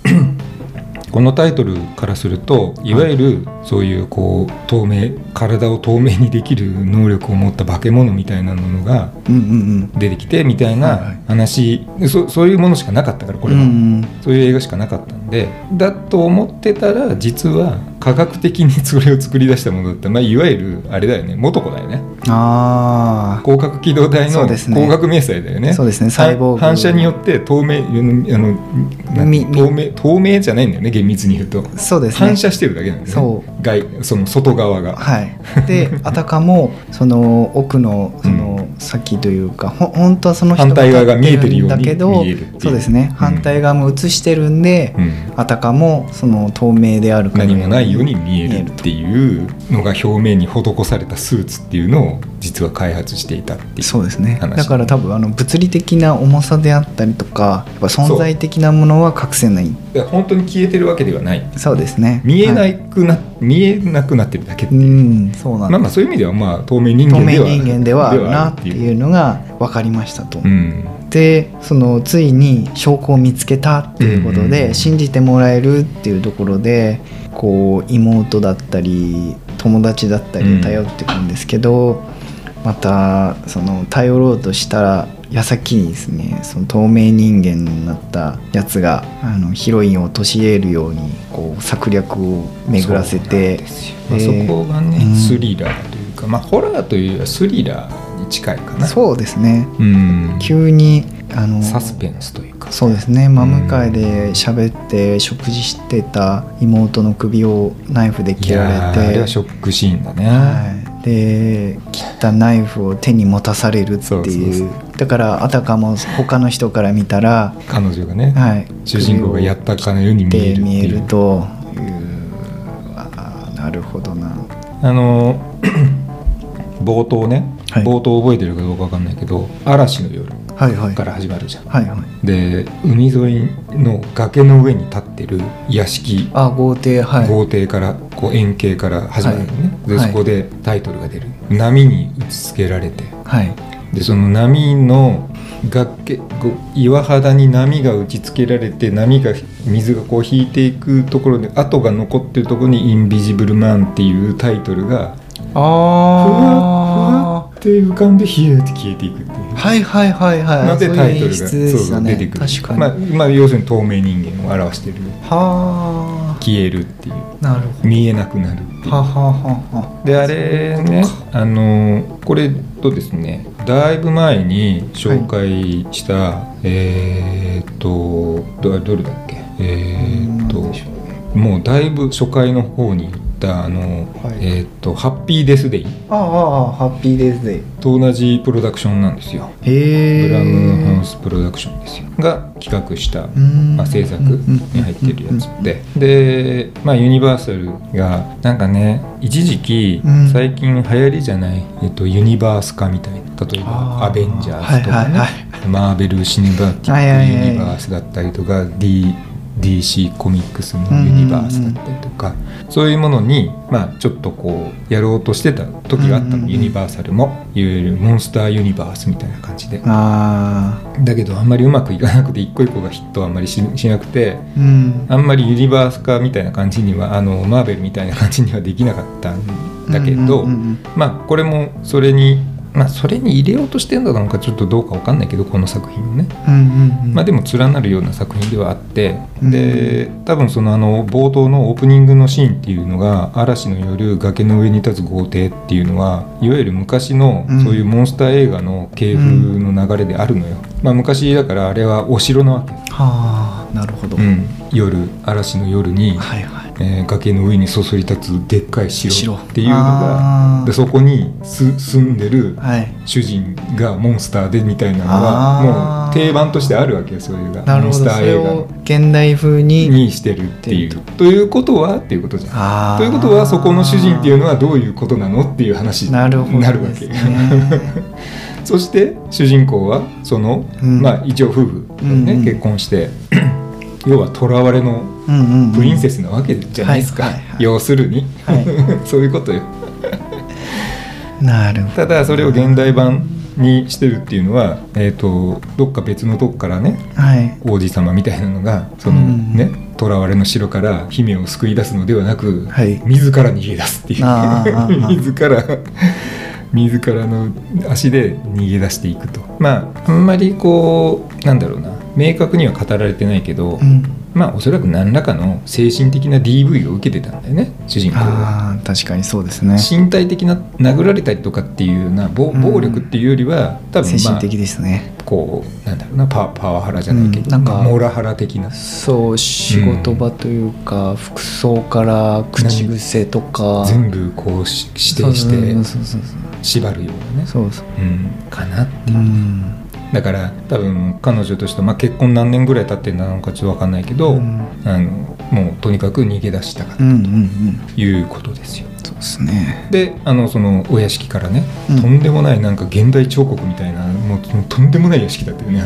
S1: このタイトルからするといわゆるそういうこう透明体を透明にできる能力を持った化け物みたいなものが
S2: うんうん
S1: 出てきてみたい
S2: はいはい
S1: な話、でそそういうものしかなかったからこ
S2: うん
S1: れは、
S2: うんうん
S1: そういう映画しかなかったんでだと思ってたら実は科学的に それを作り出したものだった、まあ、いわゆるあれだよね元子だよね
S2: あ
S1: 光学機動隊
S2: そ
S1: の
S2: うですね
S1: 光学迷彩だよね
S2: そうですね
S1: は
S2: サイボーグ
S1: 反射によって透明あのなん
S2: み
S1: 透明透明じゃないんだよね厳密に言うと、
S2: あそうですね
S1: 反射してるだけなんだよ
S2: そ
S1: ね外その外側が
S2: はい、 であたかもその奥のその先というか、ほ本当はその人
S1: 反対側が見えてるように
S2: だけど
S1: 見えるっていう
S2: そうですね
S1: うん
S2: 反対側も映してるんで、
S1: うん
S2: あたかもその透明であるかの
S1: 何もないように見え
S2: 見え
S1: る
S2: る
S1: っ
S2: と
S1: ていうのが表面に施されたスーツっていうのを実は開発していたっていう
S2: そうですね
S1: 話
S2: だから多分あの物理的な重さであったりとかやっぱ存在的なものは隠せない
S1: だから本当に消えてるわけではない
S2: そうですね
S1: 見え
S2: は
S1: ないくな、見えなくなってるだけって
S2: う
S1: いうん
S2: そうな
S1: ま
S2: んで
S1: あ
S2: す、
S1: まあそういう意味ではまあ透明人
S2: 透
S1: 間で
S2: 明
S1: は
S2: 人間ではあるなって
S1: う、
S2: いうのが分かりましたと。
S1: うん、
S2: でそのついに証拠を見つけたっていうこと
S1: うんう
S2: で、
S1: んうん
S2: 信じてもらえるっていうところでこう妹だったり友達だったりを頼っていくんですけど、またその頼ろうとした矢先にですねその透明人間になったやつがあのヒロインを陥れるようにこう策略を巡らせて
S1: まあ、そ
S2: で
S1: こがね、
S2: うん
S1: スリラーというかまあホラーというよりはスリラーに近いかな
S2: そうですね
S1: うん
S2: 急にあの
S1: サスペンスというか
S2: そうですね真向かいで喋って食事してた妹の首をナイフで
S1: い
S2: 切
S1: や
S2: ら
S1: ーあれ
S2: れ
S1: は
S2: て
S1: ショックシーンだね、
S2: はい、で切ったナイフを手に持たされるって
S1: そうそう
S2: い
S1: そう
S2: だからあたかも他の人から見たら、
S1: 彼女がね、
S2: はい、
S1: 主人公がやったかのように見え
S2: 首
S1: る
S2: を切って見
S1: って
S2: え
S1: い
S2: る
S1: う
S2: というあーなるほどな
S1: あの 冒頭ね、
S2: はい
S1: 冒頭覚えてるかどうかわかんないけど「嵐の夜」
S2: はいはい
S1: から始まるじゃん。
S2: はいはい
S1: で海沿いの崖の上に立ってる屋敷
S2: あ豪邸はい
S1: 豪邸からこう円形から始まるのね、で
S2: はい
S1: そこでタイトルが出る「波に打ちつけられて
S2: はい」
S1: でその波の崖こう岩肌に波が打ちつけられて波が水がこう引いていくところで跡が残ってるところに「インビジブルマン」っていうタイトルがふわ
S2: あ
S1: ふわって浮かんで冷えて消えていくっていう。
S2: はいはいはいはい
S1: なんで
S2: そう
S1: タイ
S2: い
S1: ト
S2: う
S1: ル
S2: 演
S1: が
S2: 出で
S1: そう
S2: し
S1: そ
S2: た
S1: う
S2: ね
S1: 出てくる、
S2: 確かに、
S1: まあ、まあ要するに透明人間を表している
S2: は
S1: 消えるっていう
S2: あなるほ
S1: 見えなくなるってい
S2: ど
S1: う
S2: はあはあはあは
S1: であれねあのこれとですねだいぶ前に紹介した、えーっとどどれだっけえーっ
S2: どう
S1: と
S2: でしょ
S1: もうだいぶ初回の方に言ったあの、
S2: はい
S1: えーっと「ハッピーデスデイ
S2: ああああハッピーデーズデイ」
S1: と同じプロダクションなんですよ。
S2: へえ
S1: ブラムハウスプロダクションですよが企画した
S2: ん
S1: まあ、制作に入ってるやつでで、まあ、ユニバーサルがなんかね一時期
S2: うん
S1: 最近流行りじゃない、えっと、ユニバース化みたいな例えば「
S2: あー
S1: アベンジャーズ」とか、ね
S2: はいはいは
S1: マーベル・シネバティ
S2: はいはいは
S1: ッ
S2: い
S1: ク・ユニバースだったりとか、D DC コミックスのユニバースだったりとか、そういうものに、まあ、ちょっとこうやろうとしてた時があったの、
S2: うんうんうん
S1: ユニバーサルもいわゆるモンスターユニバースみたいな感じで。
S2: ああ
S1: だけどあんまりうまくいかなくて一個一個がヒットはあんまりししなくて
S2: うん
S1: あんまりユニバース化みたいな感じにはあのマーベルみたいな感じにはできなかったんだけど、
S2: うんうん
S1: まあこれもそれにまあそれに入れようとしてるのかなんかちょっとどうかわかんないけどこの作品もね、
S2: うんうんうん
S1: まあでも連なるような作品ではあって、
S2: うん
S1: で多分そのあの冒頭のオープニングのシーンっていうのが「嵐の夜崖の上に立つ豪邸」っていうのはいわゆる昔の
S2: うん
S1: そういうモンスター映画の系風の流れであるのよ、まあ昔だからあれはお城なわけ、
S2: はあなるほど、
S1: うん、夜嵐の夜に、
S2: はいはい
S1: えー崖の上にそそり立つでっかい城
S2: 城
S1: っていうのが
S2: あー
S1: でそこにす住んでる
S2: はい
S1: 主人がモンスターでみたいなのが
S2: あ
S1: も
S2: ー
S1: う定番としてあるわけよそういうの
S2: な
S1: が
S2: る
S1: モン
S2: ほ
S1: ス
S2: ど
S1: タ
S2: そ
S1: ー
S2: れ
S1: 映画
S2: を
S1: の
S2: 現代風に
S1: にしてるってい
S2: って
S1: う
S2: る。
S1: ということはっていうことじゃん。
S2: あー
S1: ということはそこの主人っていうのはどういうことなのっていう話にな
S2: なる
S1: る
S2: ほど
S1: わけ。
S2: ですね
S1: そして主人公はその、
S2: うん
S1: まあ一応夫婦でね、
S2: うんうん
S1: 結婚して 要は囚われの
S2: うんうんうん
S1: プリンセスなわけじゃないですか、
S2: はいはいはい
S1: 要するに、
S2: は
S1: そういうことよ。
S2: なるほど
S1: ただそれを現代版にしてるっていうのは、えー、とどっか別のとこからね
S2: はい
S1: 王子様みたいなのがその
S2: うん
S1: ね囚われの城から姫を救い出すのではなく、
S2: はい
S1: 自ら逃げ出すっていう
S2: あーあーあ ー
S1: 自ら自らの足で逃げ出していくとまああんまりこうなんだろうな明確には語られてないけど、
S2: うん
S1: まあおそらく何らかの精神的な DV を受けてたんだよね主人公は。
S2: ああ確かにそうですね
S1: 身体的な殴られたりとかっていうような暴
S2: うん
S1: 暴力っていうよりは、多分
S2: 精
S1: ま
S2: 神
S1: あ
S2: 的ですね、
S1: こうなんだろうなパパワハラじゃないけど、
S2: うんなんか
S1: モラハラ的な
S2: そう仕事場というか、服装から口癖とか
S1: 全部こうし指定し
S2: そう
S1: て
S2: そうそうそう
S1: 縛るようなね、
S2: そうそう
S1: うん、かな
S2: うん
S1: だから多分彼女としては、まあ、結婚何年ぐらい経ってんだのかちょっと分かんないけど、
S2: うん
S1: あのもうとにかく逃げ出したか
S2: う
S1: と
S2: んうんうん
S1: いうことですよ。
S2: そうですね
S1: であのそのお屋敷からね、
S2: うん
S1: とんでもないなんか現代彫刻みたいなもうとんでもない屋敷だったよね。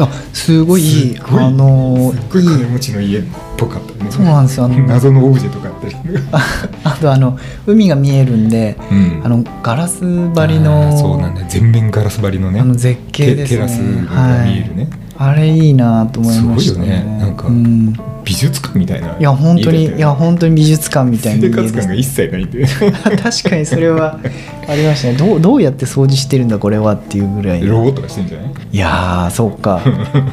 S2: あすごい
S1: すっごい
S2: あの
S1: すっごい
S2: いい
S1: 金持ちの家っぽかったよね
S2: そうなんですよあの
S1: 謎のオブジェとかあったり
S2: あとあの海が見えるんで
S1: うん
S2: あのガラス張りの
S1: あーそうなんだよ全面ガラス張りのね
S2: あの絶景
S1: テ
S2: です
S1: テ
S2: ね
S1: ラスが見えるね、
S2: はい、あれいいなと思いました
S1: すご
S2: ね
S1: いよねなんか
S2: うん、
S1: 美術館みたいない
S2: いや本当にいや
S1: 本
S2: 本当に美術館みたいな
S1: 生活感が一切ない っていう
S2: 確かにそれはありましたねどうどうやって掃除してるんだこれはっていうぐらい
S1: ロ
S2: の
S1: ボットがしてんじゃない
S2: いやーそう か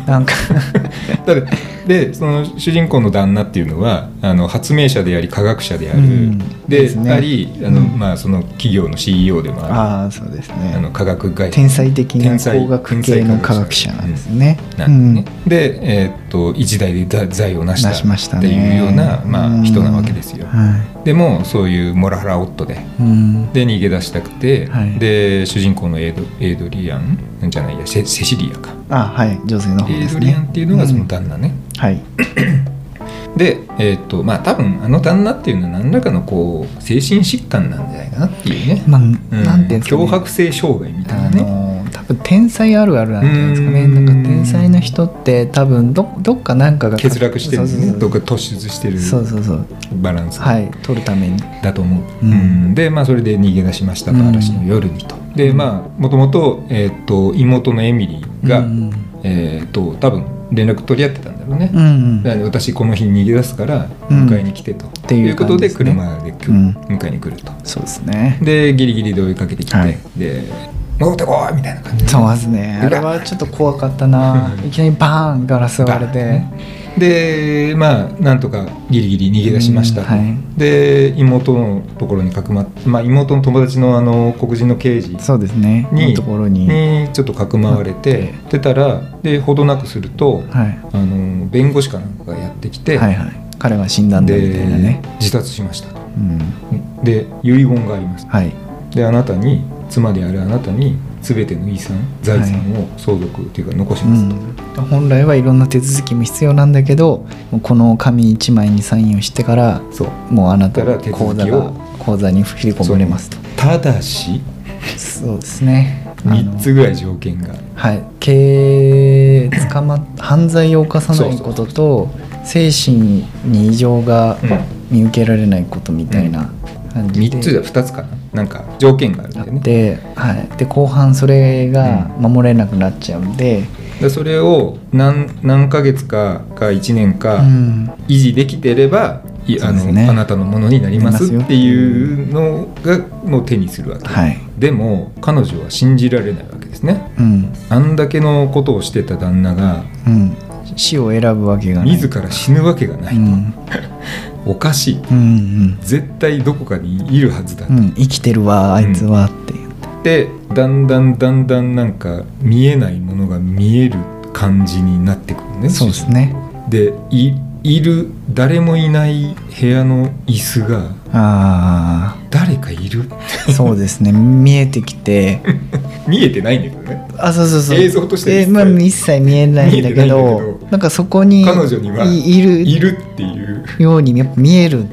S2: なんか
S1: だってでその主人公の旦那っていうのはあの発明者であり科学者である、
S2: うん
S1: で
S2: ですね
S1: ありあの、
S2: うん
S1: まあ、その企業の CEO でもあ
S2: ああそうです
S1: るあ
S2: ね
S1: の科学会
S2: 天才的な
S1: 天才
S2: 工学系の科学者なんですね
S1: なんですねで、えーっと一代で財財を成
S2: 出しま
S1: し
S2: したた
S1: っ
S2: ね
S1: ていうようなま
S2: う
S1: あ、
S2: ん
S1: 人なわけですよ。
S2: は
S1: でもそういうモラハラ夫で
S2: いうん
S1: で逃げ出したくて、
S2: はい
S1: で主人公のエイドエイドリアンじゃないやセセシリアか、
S2: あはい女性の方
S1: エ
S2: で
S1: イ
S2: す
S1: ド
S2: ね
S1: リアンっていうのがその
S2: ん
S1: 旦那ね。
S2: はい
S1: で、えーっとまあ、多分あの旦那っていうのは何らかのこう精神疾患なんじゃないかなっていうね、
S2: まあ
S1: うん
S2: なんていうんですかね
S1: 脅迫性障害みたい
S2: あ
S1: なね。
S2: の多分天才あるあるなんじゃないですかね
S1: うーん
S2: なんか天才の人って多分どどっかなんかが
S1: 欠落してるんですね
S2: そ
S1: ど
S2: う
S1: っか突出してる
S2: そうそうそうそう
S1: バランスが
S2: はい取るために
S1: だと思う、
S2: うん
S1: うんでまあそれで逃げ出しましたと
S2: うん
S1: 嵐の夜にと、でまあもともと,、えーっと妹のエミリーが、
S2: うん
S1: えーっと多分連絡取り合ってたんだろうね、
S2: うんうん
S1: だから私この日逃げ出すから
S2: うん
S1: 迎えに来てと、
S2: ていう
S1: ことで
S2: 感じですね
S1: 車で来る、
S2: うん
S1: 迎えに来ると
S2: そうですね
S1: でギリギリで追いかけてきて、
S2: はい
S1: で戻ってこいみたいな感じで
S2: そうですね
S1: で
S2: あれはちょっと怖かったないきなりバーンガラス割れて
S1: でまあなんとかギリギリ逃げ出しましたと、
S2: うんはい
S1: で妹のところにかくまって、まあ、妹の友達のあの黒人の刑事
S2: そうですね
S1: に
S2: のところに
S1: にちょっとかくまわれて出たらでほどなくすると、
S2: はい
S1: あの弁護士かなんかがやってきて、
S2: はいはい彼は死んだんだみたいな
S1: で
S2: ね
S1: 自殺しましたと
S2: うん、
S1: で遺言があります
S2: はい
S1: であなたに妻であるあなたに全ての遺産財産を相続っていうか残し
S2: う
S1: ますと、
S2: ん、本来はいろんな手続きも必要なんだけどもうこの紙一枚にサインをしてから
S1: そう
S2: もうあなた
S1: だか
S2: の
S1: ら手
S2: 口
S1: 続
S2: 座
S1: き
S2: が
S1: を
S2: 口座に振り込まれますと
S1: ただし
S2: そうですねあの
S1: 3つぐらい条件がある
S2: はい経営捕まっ犯罪を犯さないことと精神に異常が見受けられないことみたいな感じで、
S1: 3つじゃ2つかななんか条件があるんだ
S2: あ
S1: よ
S2: っ
S1: ね
S2: て、はい、で後半それが守れなくなっちゃうんで、
S1: でそれを何何ヶ月かか1年
S2: う
S1: か
S2: ん
S1: 維持できてれば、いあ
S2: そうで
S1: の
S2: すね
S1: あなたのものになります
S2: なりますよ
S1: っていうのがもう手にするわけ、
S2: はい、
S1: でも彼女は信じられないわけですね
S2: うん
S1: あんだけのことをしてた旦那が
S2: うん、死を選ぶわけがない
S1: 自ら死ぬわけがない、
S2: うん
S1: おかしい
S2: うん
S1: 絶対どこかにいるはずだ
S2: うんうん、生きてるわあいつはっていう、
S1: って、だんだんだんだんなんか見えないものが見える感じになってくるね
S2: そうですね
S1: でいいる誰もいない部屋の椅子が
S2: あ
S1: 誰かいる
S2: あそうですね 見えてきて
S1: 見えてないんだけどね
S2: あそうそうそう
S1: 映像としては
S2: え
S1: 一切
S2: まあ、一切見えないんだけど
S1: 見えてないんだ
S2: な
S1: け
S2: んかそこに
S1: 彼女にはいい
S2: い
S1: るっていう
S2: るようにやっぱ見える、
S1: っ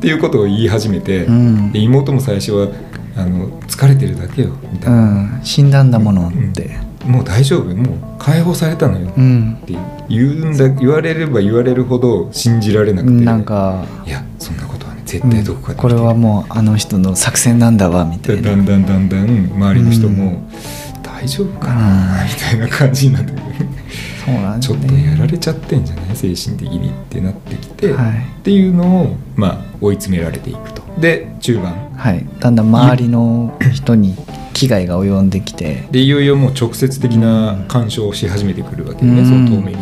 S1: ていうことを言い始めて、
S2: うん
S1: で妹も最初はあの疲れてるだけよみた
S2: う
S1: いな、
S2: ん、死んだんだものって、
S1: もう大丈夫もう解放されたのよ
S2: う
S1: っ
S2: ん
S1: て言うんだ言われれば言われるほど信じられなくて
S2: なんか、
S1: いやそんなことはね
S2: う
S1: 絶
S2: ん
S1: 対どこかで起きてる、
S2: これはもうあの人の作戦なんだわみた
S1: で
S2: い
S1: だ
S2: なん
S1: だんだんだん周りの人も、大丈夫かなみたいな感じになってくる
S2: そうなん
S1: ち
S2: です
S1: ょっとやられちゃってんじゃない精神的にってなってきて、
S2: はい
S1: っていうのを、まあ、追い詰められていくとで中盤
S2: はい、だんだん周りの人に危害が及んできて
S1: でいよいよもう直接的な干渉をし始めてくるわけでね、
S2: うん
S1: その透明人間が。
S2: い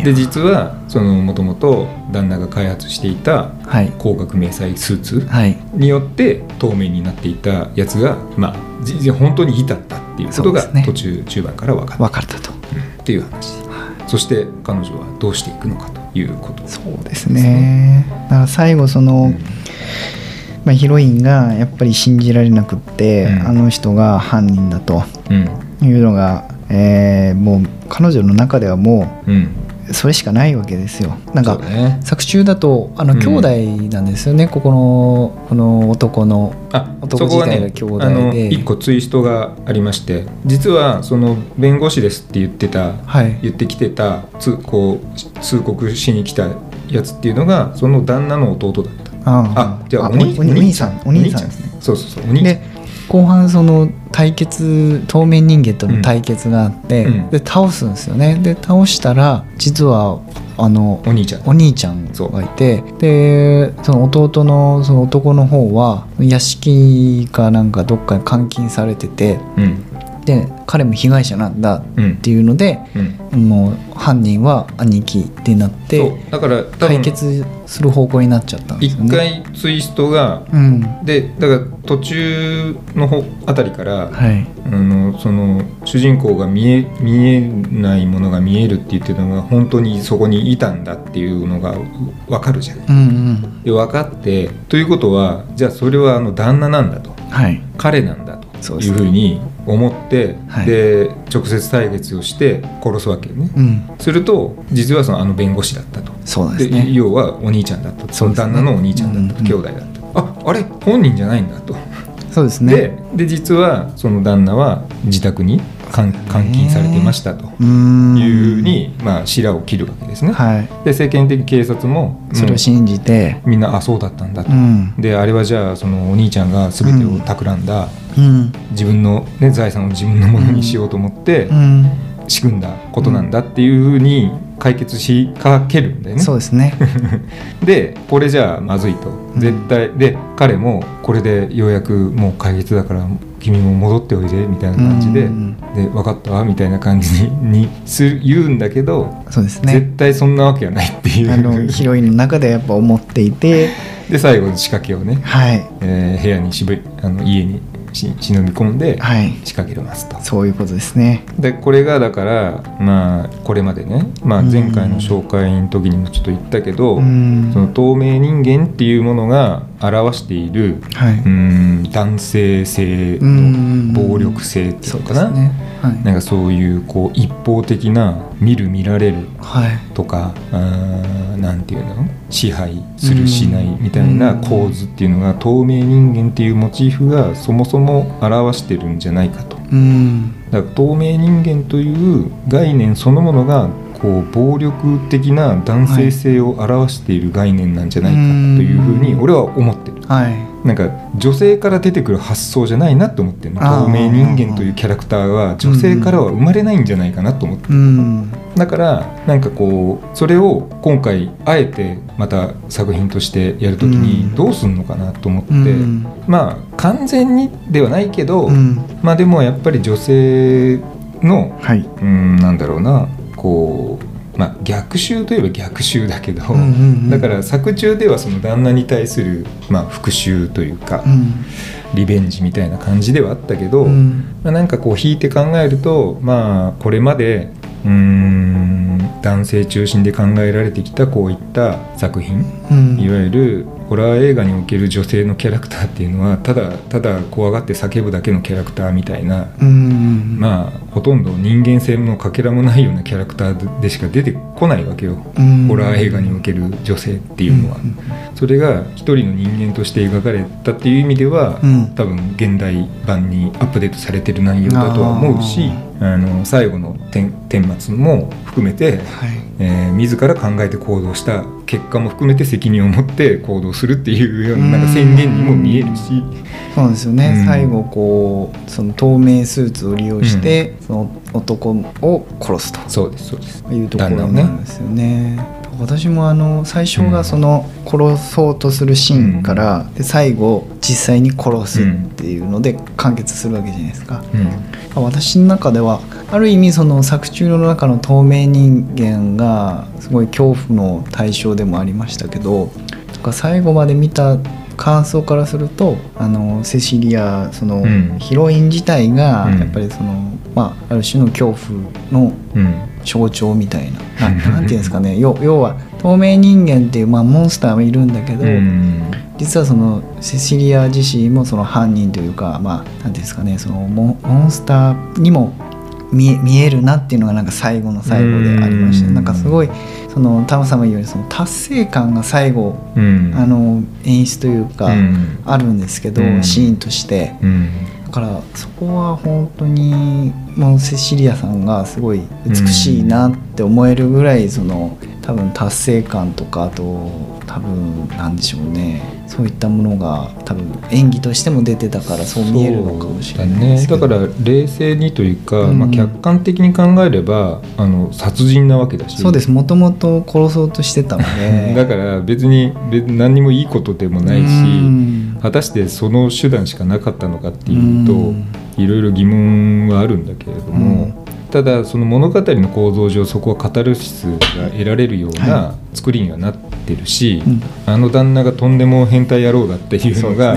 S2: や
S1: で実はそのもともと旦那が開発していた
S2: はい
S1: 光学迷彩スーツ
S2: はい
S1: によって透明になっていたやつが、まあ、じじ本当に至ったっていうことが
S2: そうですね
S1: 途中、中盤から分かった
S2: 分かったと
S1: っていう話そして彼女はどうしていくのかということ
S2: そうですねだから最後その、
S1: うん
S2: まあ、ヒロインがやっぱり信じられなくって、
S1: うん
S2: あの人が犯人だと
S1: うん
S2: いうのが、えーもう彼女の中ではも
S1: うん
S2: うそれしかないわけですよなん
S1: そ
S2: か
S1: うね
S2: 作中だとあ
S1: う
S2: の
S1: ん
S2: 兄弟なんですよね、ここのこの男の
S1: あ
S2: 男
S1: そこは
S2: 自
S1: ね
S2: 体が兄弟で
S1: あの一個ツイストがありまして実はその弁護士ですって言ってた
S2: はい
S1: 言ってきてた通こう通告しに来たやつっていうのがその旦那の弟だった
S2: あ
S1: あじゃあお
S2: おに
S1: 兄
S2: お兄さんお兄さん
S1: ですねそうそうそうお兄ちゃん
S2: で後半その対決透明人間との対決があって、
S1: うんうん
S2: で倒すんですよねで倒したら実はあの
S1: お兄ちゃん
S2: お兄ちゃんがいてでその弟のその男の方は屋敷かなんかどっかに監禁されてて
S1: うん
S2: で彼も被害者なんだ
S1: う
S2: っ
S1: ん
S2: ていうので
S1: うん
S2: もう犯人は兄貴ってなって
S1: そうだから多
S2: 解
S1: 分
S2: 決する方向になっちゃったんですよ
S1: 一
S2: ね。
S1: 回ツイストが
S2: うん
S1: でだから途中の方あたりから
S2: はい
S1: あのその主人公が見え見えないものが見えるって言ってたのが本当にそこにいたんだっていうのが分かるじゃない。
S2: うんうん
S1: で分かってということはじゃあそれはあの旦那なんだと
S2: はい
S1: 彼なんだと
S2: そう
S1: い
S2: です
S1: う
S2: ね
S1: ふうに思って、
S2: はい
S1: で直接対決をして殺すわけね。
S2: うん
S1: すると実はそのあの弁護士だったと。
S2: そうなんで
S1: です
S2: ね。
S1: 要はお兄ちゃんだったとそ
S2: そう
S1: の
S2: ですね
S1: 旦那のお兄ちゃんだったと、
S2: うん
S1: 兄弟だったああれ本人じゃないんだと
S2: そうですね。
S1: でで実はその旦那は自宅に監監禁されてましたと
S2: うーん
S1: いうふうに、まあ、白を切るわけですね。
S2: はい、
S1: で世間的警察も
S2: それを信じて、
S1: もうみんなあそうだったんだと
S2: う。ん
S1: であれはじゃあそのお兄ちゃんが全てを企んだ、
S2: うん
S1: 自分の、ね、財産を自分のものにしようと思って
S2: うん
S1: 仕組んだことなんだっていうふうに解決しかけるんだよね。
S2: そうで すね。
S1: でこれじゃあまずいと
S2: ん
S1: 絶対、で彼もこれでようやくもう解決だから君も戻っておいでみたいな感じで、
S2: うん
S1: で分かったわみたいな感じににする言うんだけど、
S2: そうですね。
S1: 絶対そんなわけはないってい
S2: あの
S1: う
S2: ヒロインの中でやっ ぱ思っていて、
S1: で最後の仕掛けをね、
S2: はい、
S1: えー部屋にしぶあの家にし忍び込んで
S2: はい
S1: 仕掛けれますと。
S2: そういうことですね
S1: でこれがだからまあこれまでね、まあ、前回の紹介の時にもちょっと言ったけど、
S2: うん
S1: その透明人間っていうものが表している、
S2: は
S1: う
S2: い
S1: ん、男性性
S2: うん
S1: の暴力性ってい
S2: そうう
S1: の
S2: で
S1: か
S2: す
S1: な,、
S2: ねは
S1: ないんかそういうこう一方的な見る見られる
S2: はい
S1: とかうんなんていうの支配するしないみたいな
S2: うん
S1: 構図っていうのが透明人間っていうモチーフがそもそも表してるんじゃないかと。
S2: うん
S1: だから透明人間という概念そのものがこう暴力的な男性性を表している概念なんじゃないかというふうに
S2: うん
S1: 俺は思ってる
S2: はい
S1: なんか女性から出てくる発想じゃないなと思ってるの
S2: あー
S1: 透明人間というキャラクターは女性からは生まれないんじゃないかなと思ってる
S2: うん
S1: だからなんかこうそれを今回あえてまた作品としてやるとき
S2: う
S1: に
S2: ん
S1: どうすんのかなと思って、
S2: うん
S1: まあ完全にではないけど、
S2: うん
S1: まあでもやっぱり女性の
S2: はい
S1: うんなんだろうなこう、まあ、逆襲といえば逆襲だけど、
S2: うんうんうん
S1: だから作中ではその旦那に対する、まあ、復讐というか、
S2: うん
S1: リベンジみたいな感じではあったけど、
S2: うん
S1: まあ、なんかこう引いて考えるとまあこれまでうん男性中心で考えられてきたこういった作品
S2: うん
S1: いわゆるホラー映画における女性のキャラクターっていうのはただただ怖がって叫ぶだけのキャラクターみたいな
S2: うん
S1: まあほとんど人間性のかけらもないようなキャラクターでしか出てこないわけよ、
S2: うん
S1: ホラー映画における女性っていうのは、
S2: うん
S1: それが一人の人間として描かれたっていう意味では、
S2: うん
S1: 多分現代版にアップデートされてる内容だとは思うしあの最後の点顛末も含めて、
S2: はい
S1: えー自ら考えて行動した結果も含めて責任を持って行動するっていうようななんか宣言にも見えるし。
S2: そうですよね、
S1: うん
S2: 最後こうその透明スーツを利用して、その男を殺すと
S1: そうですそうです
S2: いうとこ
S1: 旦那
S2: ろ
S1: をね
S2: なんですよね。私もあの最初がその殺そうとするシーンから、で最後実際に殺すっていうので完結するわけじゃないですか。
S1: うん
S2: 私の中ではある意味その作中の中の透明人間がすごい恐怖の対象でもありましたけどとか最後まで見た感想からするとあのセシリアその、
S1: うん
S2: ヒロイン自体が
S1: うん
S2: やっぱりその、まあ、ある種の恐怖の
S1: うん
S2: 象徴みたいなな なんていうんですかね要要は透明人間っていう、まあ、モンスターもいるんだけど、
S1: うん
S2: 実はそのセシリア自身もその犯人というかまあ何ていうんですかねそのモンモンスターにも見え見えるなっていうのがなんか最後の最後でありまし
S1: う
S2: て
S1: ん
S2: なんかすごいそのタムさんが言うようにその達成感が最後
S1: うん
S2: あの演出というか
S1: うん
S2: あるんですけど
S1: うん
S2: シーンとして
S1: うん
S2: だからそこは本当にもうセシリアさんがすごい美しいなって思えるぐらいその多分達成感とかあと多分なんでしょうねそういったものが多分演技としても出てたからそう見えるのかもしれないですけど
S1: そうだねだから冷静にというか、
S2: うん
S1: まあ、客観的に考えればあの殺人なわけだし
S2: そうですもともと殺そうとしてたの で
S1: だから別に別に何にもいいことでもないし、
S2: うん
S1: 果たしてその手段しかなかったのかっていうと、
S2: うん
S1: いろいろ疑問はあるんだけれども、
S2: うん
S1: ただその物語の構造上そこはカタルシスが得られるような作りにはなってるし、
S2: うん
S1: あの旦那がとんでも変態野郎だっていうのが あ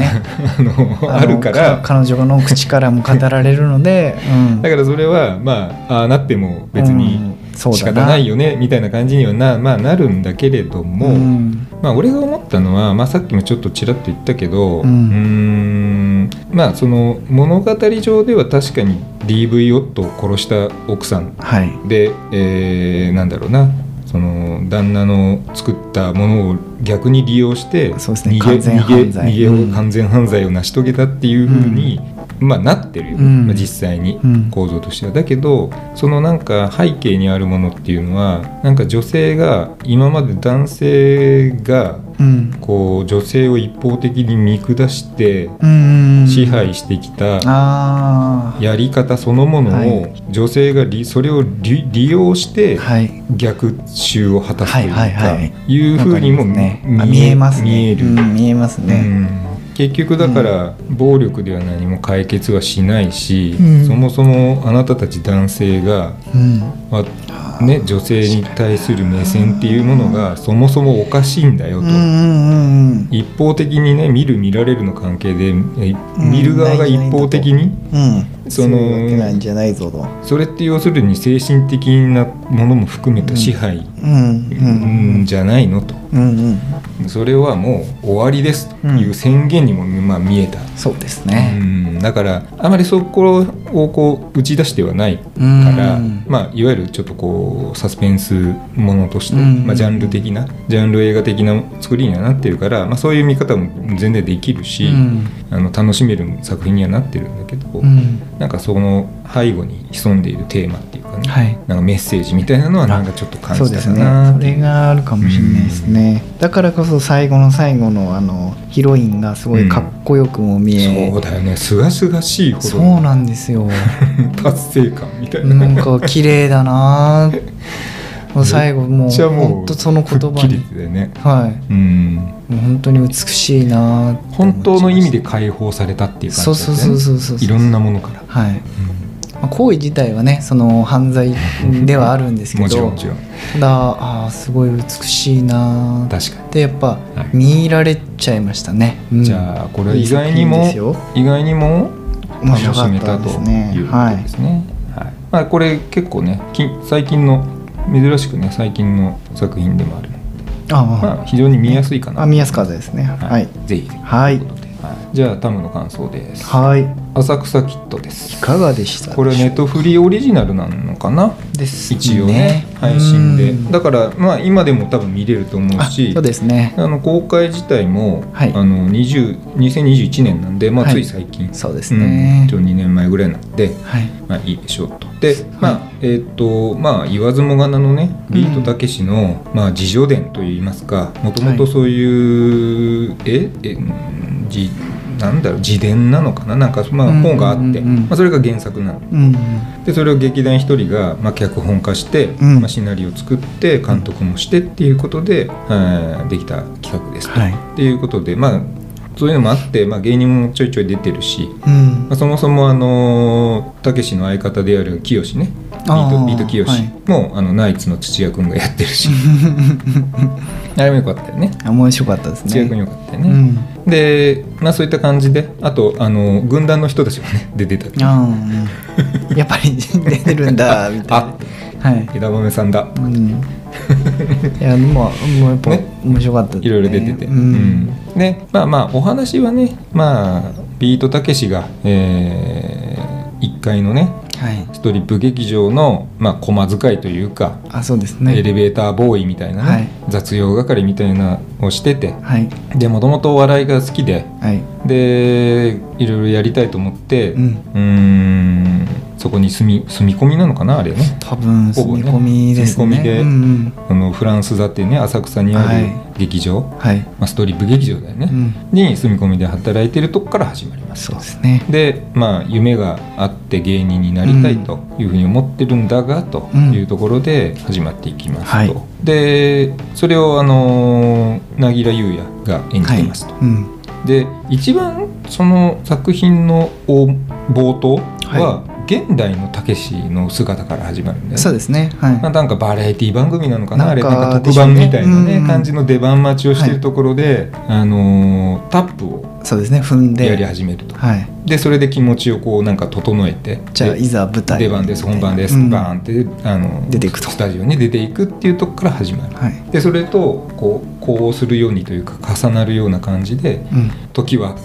S1: のあるか
S2: の
S1: ら。
S2: 彼女の口からも語られるので、うん
S1: だからそれはまあああなっても別に
S2: うんそう
S1: 仕
S2: だ
S1: 方ないよねみたいな感じにはな,、まあ、なるんだけれども、
S2: うん
S1: まあ、俺が思ったのは、まあ、さっきもちょっとちらっと言ったけど、
S2: う
S1: うんーん、まあその物語上では確かに DV 夫を殺した奥さん
S2: はい
S1: で、えーなんだろうなその旦那の作ったものを逆に利用して
S2: そうです
S1: 逃
S2: ね
S1: げ
S2: 完全犯罪
S1: 逃げ逃
S2: うん
S1: げを完全犯罪を成し遂げたっていうふうに、まあ、なってるよ、
S2: うん
S1: まあ、実際に
S2: うん
S1: 構造としては。だけどそのなんか背景にあるものっていうのはなんか女性が今まで男性が
S2: うん
S1: こう女性を一方的に見下して
S2: うん
S1: 支配してきた、
S2: あ
S1: やり方そのものを、
S2: は
S1: 女性がりそれを利利用して
S2: あはい
S1: 逆襲を果たすというか、
S2: はいいはいはいう
S1: ふうにも
S2: わかりますね
S1: 見
S2: あ見えますね
S1: 見える、
S2: うん見えますね
S1: うん結局だから、暴力では何も解決はしないし、
S2: うん
S1: そもそもあなたたち男性が
S2: うん
S1: わね、女性に対する目線っていうものがそもそもおかしいんだよ
S2: う
S1: と、
S2: んうんうん
S1: 一方的にね見る見られるの関係でえ見る側が一方的に、
S2: うん
S1: その
S2: そういうわけなんじゃないぞと
S1: それって要するに精神的なものも含めた支配、
S2: うんう
S1: うん
S2: ん
S1: じゃないのと
S2: うんうんうん
S1: それはもう終わりですという宣言にも、まあ、見えた。
S2: そうです
S1: う
S2: ね
S1: んだからあまりそこをこう打ち出してはないから、
S2: うん
S1: まあ、いわゆるちょっとこうサスペンスものとして、
S2: うん
S1: まあ、ジャンル的なジャンル映画的な作りにはなってるから、まあ、そういう見方も全然できるし、
S2: うん
S1: あの楽しめる作品にはなってるんだけど、
S2: うん
S1: なんかその背後に潜んでいるテーマっていうかね、
S2: はい
S1: なんかメッセージみたいなのはなんかちょっと感
S2: そう
S1: じ
S2: で
S1: た
S2: す
S1: か
S2: ね
S1: な
S2: それがあるかもしれないですねだからこそ最後の最後のあのヒロインがすごいかっこよくも見え、
S1: そうだよねすがすがしいほ
S2: そ
S1: ど
S2: う
S1: の
S2: なんですよ
S1: 達成感みたいな。
S2: なんか綺麗だなぁもう最後もう
S1: じゃあもう
S2: 本当その言葉
S1: 吹っ
S2: に
S1: 切れてね、
S2: はい
S1: うん、
S2: もう本当に美しいなぁって思っちゃいま
S1: 本
S2: す
S1: 当の意味で解放されたっていう感じだ
S2: そ
S1: っ
S2: う
S1: たよ
S2: そ
S1: ね
S2: うそうそうそう
S1: いろんなものから、
S2: はい
S1: うん
S2: まあ行為自体はねその犯罪ではあるんですけ
S1: もちろん
S2: ど
S1: もちろん
S2: ただあーすごい美しいなーっ
S1: 確か
S2: てやっぱ
S1: はい
S2: 見入られちゃいましたね、
S1: に、じゃあこれは意外に
S2: いい作品
S1: も
S2: ですよ
S1: 意外にも
S2: 面
S1: 楽
S2: 白か
S1: し
S2: っ
S1: めた
S2: た
S1: と
S2: で
S1: いうこ
S2: す
S1: と
S2: ね
S1: で
S2: は
S1: すね、はいまあ、これ結構ね近最近の珍しくね最近の作品でもあるので、
S2: いあ、
S1: まあ、非常に見やすいかな
S2: あ、あ宮安風ですね
S1: は
S2: はいい
S1: ぜひ
S2: はい
S1: ということではいじゃあタムの感想です
S2: はい、
S1: 浅草キッドです
S2: い、かがでした
S1: これネットフリーオリジナルなのかな
S2: です
S1: 一応ね配信で
S2: うん
S1: だからまあ今でも多分見れると思う
S2: あ
S1: し
S2: そうですね
S1: あの公開自体も、
S2: はい
S1: あの20 2021年なんで、まあ、
S2: はい
S1: つい最近、
S2: そうです
S1: うん
S2: ね、
S1: 一応2年前ぐらいなんで、
S2: はい
S1: まあ、いいでしょうと。で、まあえっとまあ、言わずもがなのね
S2: うん
S1: ビートたけしの、まあ、自叙伝といいますかもともとそういう、ええうんじなんだろう自伝なのかななんか、ま
S2: うん
S1: あ、
S2: うん
S1: 本があって、
S2: うんうん
S1: まあ、それが原作なの。
S2: うん
S1: でそれを劇団一人が、まあ、脚本化して、
S2: うん
S1: まあ、シナリオを作って監督もしてっていうことで、えーできた企画ですと。
S2: はい
S1: っていうことでまあそういうのもあって、まあ、芸人もちょいちょい出てるし、
S2: うん
S1: まあ、そもそもあのたけしの相方である清ねビー
S2: あ
S1: ト
S2: ー
S1: ビート清
S2: はい
S1: も、あのナイツの土屋君がやってる しあれもよかったよね
S2: あ面白かったですね
S1: 土屋君よかったよ
S2: う
S1: ね、
S2: ん
S1: で、まあ、そういった感じであとあの軍団の人たちもね出てたり
S2: ああやっぱり出てるんだみたい
S1: あ
S2: なはい、
S1: 枝豆さんだ
S2: うんいやでももうやっぱ
S1: ね
S2: 面白かったですね
S1: いろいろ出てて、
S2: うん
S1: うんでまあまあお話はねまあビートたけしが、え1階のね
S2: はい
S1: ストリップ劇場の、まあ、駒使いというか、
S2: あそうですね
S1: エレベーターボーイみたいなね、
S2: はい
S1: 雑用係みたいなのをしてて
S2: はい
S1: でもともとお笑いが好きで
S2: はい
S1: でいろいろやりたいと思って
S2: うん
S1: ーんそこに住み住み込みなのかなあれね
S2: 多分
S1: ほ
S2: 住
S1: ぼね
S2: み込みですね
S1: 住み込みで
S2: うんうん、
S1: あのフランス座っていうね浅草にある
S2: は
S1: 劇場、
S2: はい、
S1: まあ、ストリップ劇場だよね、
S2: うん、
S1: に住み込みで働いてるとこから始まります
S2: そうですね
S1: でまあ夢があって芸人になりたいというふうに思ってるんだがというところで始まっていきますと、
S2: はい
S1: でそれをあのー凪良優也が演じてますと、
S2: はいうん、
S1: で一番その作品のお冒頭は、現代のたけしの姿から始まるんだよね
S2: そうですねはい、
S1: まあなんかバラエティ番組なのかな
S2: なんか
S1: あれなんか
S2: で
S1: 特
S2: しょう
S1: 番
S2: ね
S1: みたいなね
S2: うん
S1: 感じの出番待ちをしてるところで、あのータップを
S2: そうですね踏んで
S1: やり始めると
S2: はい
S1: でそれで気持ちをこうなんか整えて
S2: じゃあ
S1: で
S2: いざ舞台
S1: 出番です本番です、
S2: うん
S1: バーンってあの
S2: 出ていくと
S1: スタジオに出ていくっていうとこから始まる
S2: はい、
S1: でそれとこうこうするようにというか重なるような感じで
S2: うん、
S1: 時は、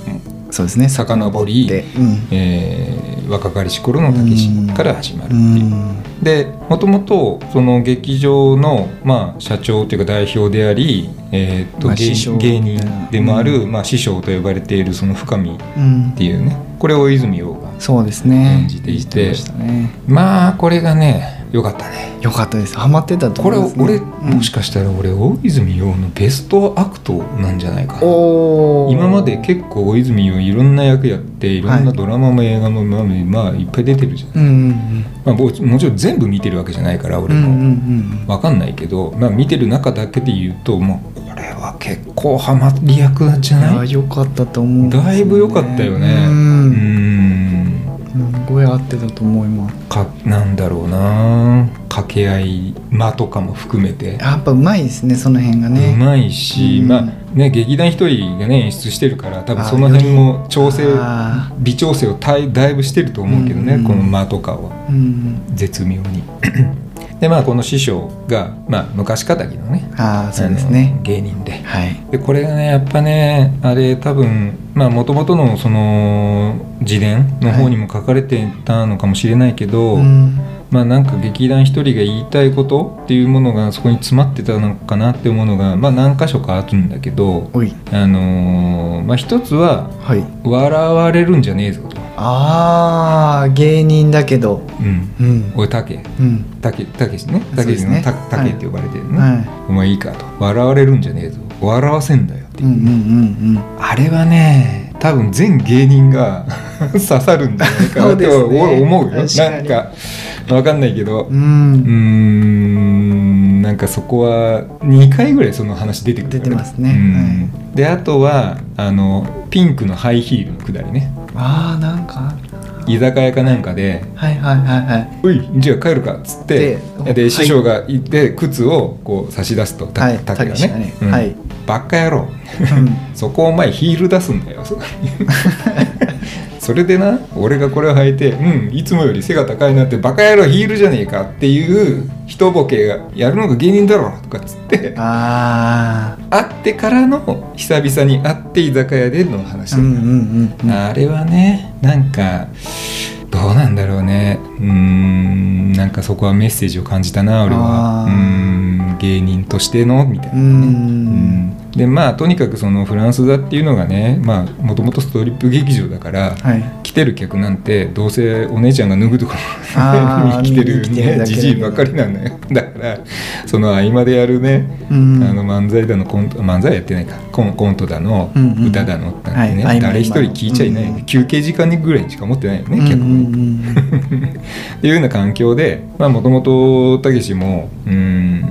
S2: そうですね
S1: 遡り
S2: でうん
S1: えー若かりし頃のたけしから始まるって
S2: う
S1: いう。
S2: ん
S1: でもともとその劇場の、まあ、社長というか代表であり、えーっと
S2: まあ
S1: 芸
S2: 師匠
S1: 芸人でもある、
S2: う
S1: まあ、師匠と呼ばれているその深見っ
S2: うん
S1: ていうねこれを泉洋が
S2: そうですね
S1: 演じていて
S2: 演じましたね
S1: まあこれがね良かったね
S2: よかったですハマってたと
S1: これ
S2: 思います、ね、
S1: 俺、
S2: うん
S1: もしかしたら俺大泉洋のベストアクトなんじゃないかな
S2: おー
S1: 今まで結構大泉洋いろんな役やっていろん
S2: は
S1: ないドラマも映画も、まあまあ、いっぱい出てるじゃん、
S2: うんうん
S1: まあ、もちもちろん全部見てるわけじゃないから
S2: うんう
S1: 俺
S2: ん
S1: も、
S2: うん
S1: わかんないけど、まあ、見てる中だけで言うともうこれは結構ハマり役じゃ
S2: うんいや
S1: ない
S2: 良かったと思う
S1: だいぶ良かったよね
S2: う
S1: うんん
S2: 何個やってたと思います
S1: かなんだろうな掛け合い間とかも含めて
S2: やっぱうまいですねその辺が
S1: う
S2: ね
S1: まいし、
S2: うん
S1: まあね劇団一人がね演出してるから多分
S2: あ
S1: その辺も調整
S2: あ
S1: 微調整をたいだいぶしてると思うけどね、
S2: うん
S1: この間とかは
S2: ーうん
S1: 絶妙 にでまあこの師匠が、まあ、昔かたぎのね
S2: ああそうですね
S1: あの芸人で
S2: はい
S1: でこれがねやっぱねあれ多分まあもともとのその自伝の方にも書かれてたのかもしれないけど、
S2: うん
S1: まあなんか劇団一人が言いたいことっていうものがそこに詰まってたのかなっていうものがまあ何箇所かあるんだけど
S2: おい
S1: あのーまあ一つは
S2: はい
S1: 笑われるんじゃねえぞと。
S2: ああ芸人だけど
S1: うん
S2: うん
S1: 俺タケ
S2: うん
S1: たけたけしね
S2: そ
S1: た
S2: う
S1: け
S2: で
S1: し
S2: す
S1: の
S2: ね
S1: たたけって呼ばれてるね、
S2: は
S1: お前いいかと笑われるんじゃねえぞ笑わせんだよって
S2: い
S1: いうう、
S2: んうんうんうん
S1: あれはね多分全芸人が 刺さるんじゃないかなと
S2: そうですね
S1: 思うよ、
S2: 確か
S1: なん
S2: に
S1: かわかんないけど、
S2: う
S1: うー
S2: ん
S1: んなんかそこは2回ぐらいその話出てくるから
S2: 出てますね
S1: うんであとはあのピンクのハイヒールのくだりね
S2: ああなんか
S1: 居酒屋かなんかで
S2: はいはいはいはい
S1: 「おいじゃあ帰るか」っつってで
S2: ではい
S1: 師匠が行って靴をこう差し出すとた
S2: はい
S1: 竹が
S2: 竹が
S1: ね
S2: ね
S1: うん
S2: はい
S1: バカ野郎
S2: うん
S1: そこお前ヒール出すんだよ」そこにそれでな俺がこれを履いて「うんいつもより背が高いなってバカ野郎ヒールじゃねえか」っていう人ボケがやるのが芸人だろとかっつって
S2: あ
S1: 会ってからの久々に会って居酒屋での話
S2: あ
S1: だから、
S2: うんうんうんうん
S1: あれはねなんかどうなんだろうねうーんなんかそこはメッセージを感じたな俺は
S2: あ
S1: う
S2: ー
S1: ーん芸人としてのみたいな
S2: う
S1: ね、うんんでまあとにかくそのフランス座っていうのがねまあもともとストリップ劇場だから、
S2: はい
S1: 来てる客なんてどうせお姉ちゃんが脱ぐところ
S2: あー
S1: に来てる
S2: 見に来てる
S1: ね
S2: だけ
S1: じじいばっかりなのよ だからその合間でやるね
S2: うん
S1: あの漫才だのコント漫才やってないかコンコントだの、
S2: うんうん
S1: 歌だのなんてね、
S2: はい
S1: 誰一人
S2: 合間合間の
S1: 聞いちゃいない、
S2: うんうん
S1: 休憩時間にぐらいにしか持 ってないよね、
S2: うん
S1: 客もね。
S2: うんうん
S1: っていうような環境でもともとたけしもうーん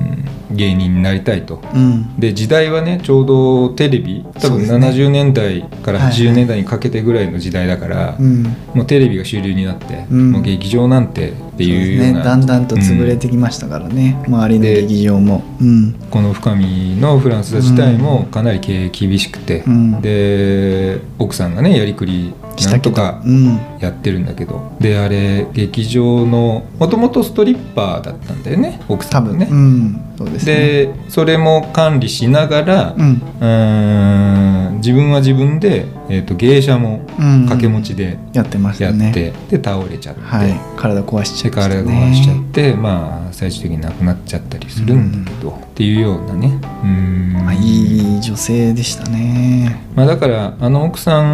S1: 芸人になりたいと。
S2: うん
S1: で時代はねちょうどテレビ多
S2: そう
S1: 分
S2: ですね
S1: 70年代から
S2: はいはい
S1: 80年代にかけてぐらいの時代だから、
S2: うん
S1: もうテレビが主流になって、
S2: うん
S1: もう劇場なんてって
S2: そう
S1: いう
S2: です
S1: よう
S2: ね
S1: な
S2: だんだんと潰れてきましたからね、周りの劇場もうん
S1: この深見のフランス座自体もかなり経営厳しくて、
S2: うん
S1: で奥さんがねやりくり
S2: し
S1: な
S2: た
S1: んと
S2: けど
S1: か
S2: うん
S1: やってるんだけどであれ劇場のもともとストリッパーだったんだよね奥さ
S2: 多
S1: んが
S2: 分
S1: ね。
S2: うんそうですね
S1: でそれも管理しながら、う
S2: うん
S1: ーん自分は自分で、えー、と芸者も
S2: うん
S1: 掛け持ちで
S2: やってまし
S1: や
S2: た
S1: って、
S2: ね
S1: で倒れちゃって、
S2: はい体壊しちゃ
S1: セ
S2: いま
S1: カ
S2: し
S1: レ
S2: た
S1: ードがしちゃっ
S2: ね
S1: て、まあ最終的に亡くなっちゃったりするんだけど、っていうようなねうん
S2: まあいい女性でしたね
S1: まあ、だからあの奥さ
S2: うん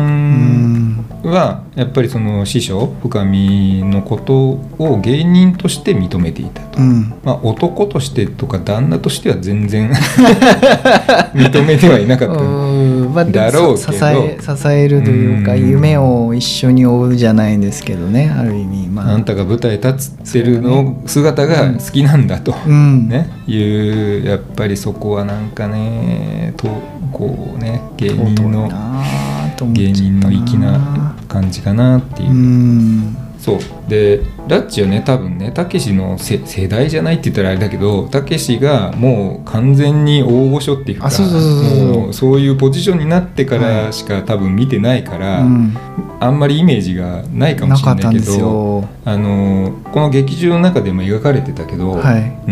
S2: ん
S1: はやっぱりその師匠深見のことを芸人として認めていたと。
S2: うん
S1: まあ、男としてとか旦那としては全然 認めてはいなかった、
S2: うんまあでも
S1: だろう
S2: さ
S1: け
S2: 支
S1: ど
S2: え支えるというか
S1: うん
S2: 夢を一緒に追うじゃないんですけどねある意味ま
S1: あ
S2: あ
S1: んたが舞台立ってるの姿が好きなんだと、
S2: うん
S1: ね、いうやっぱりそこはなんかねとこうね芸人
S2: 尊い
S1: の
S2: なあと思っち
S1: 芸
S2: ゃった
S1: 人の粋な感じかなっていうう、
S2: ん
S1: そうでラッチはね多分ねたけしのせ世代じゃないって言ったらあれだけどたけしがもう完全に大御所っていうか
S2: あそうそうそうそう
S1: もうそういうポジションになってか
S2: は
S1: ら
S2: い
S1: しか多分見てないから、
S2: うん
S1: あんまりイメージがないかも
S2: な
S1: し
S2: か
S1: れ
S2: った
S1: なんいけ
S2: で
S1: ど。
S2: すよ
S1: あのこの劇中の中でも描かれてたけど、
S2: は
S1: うー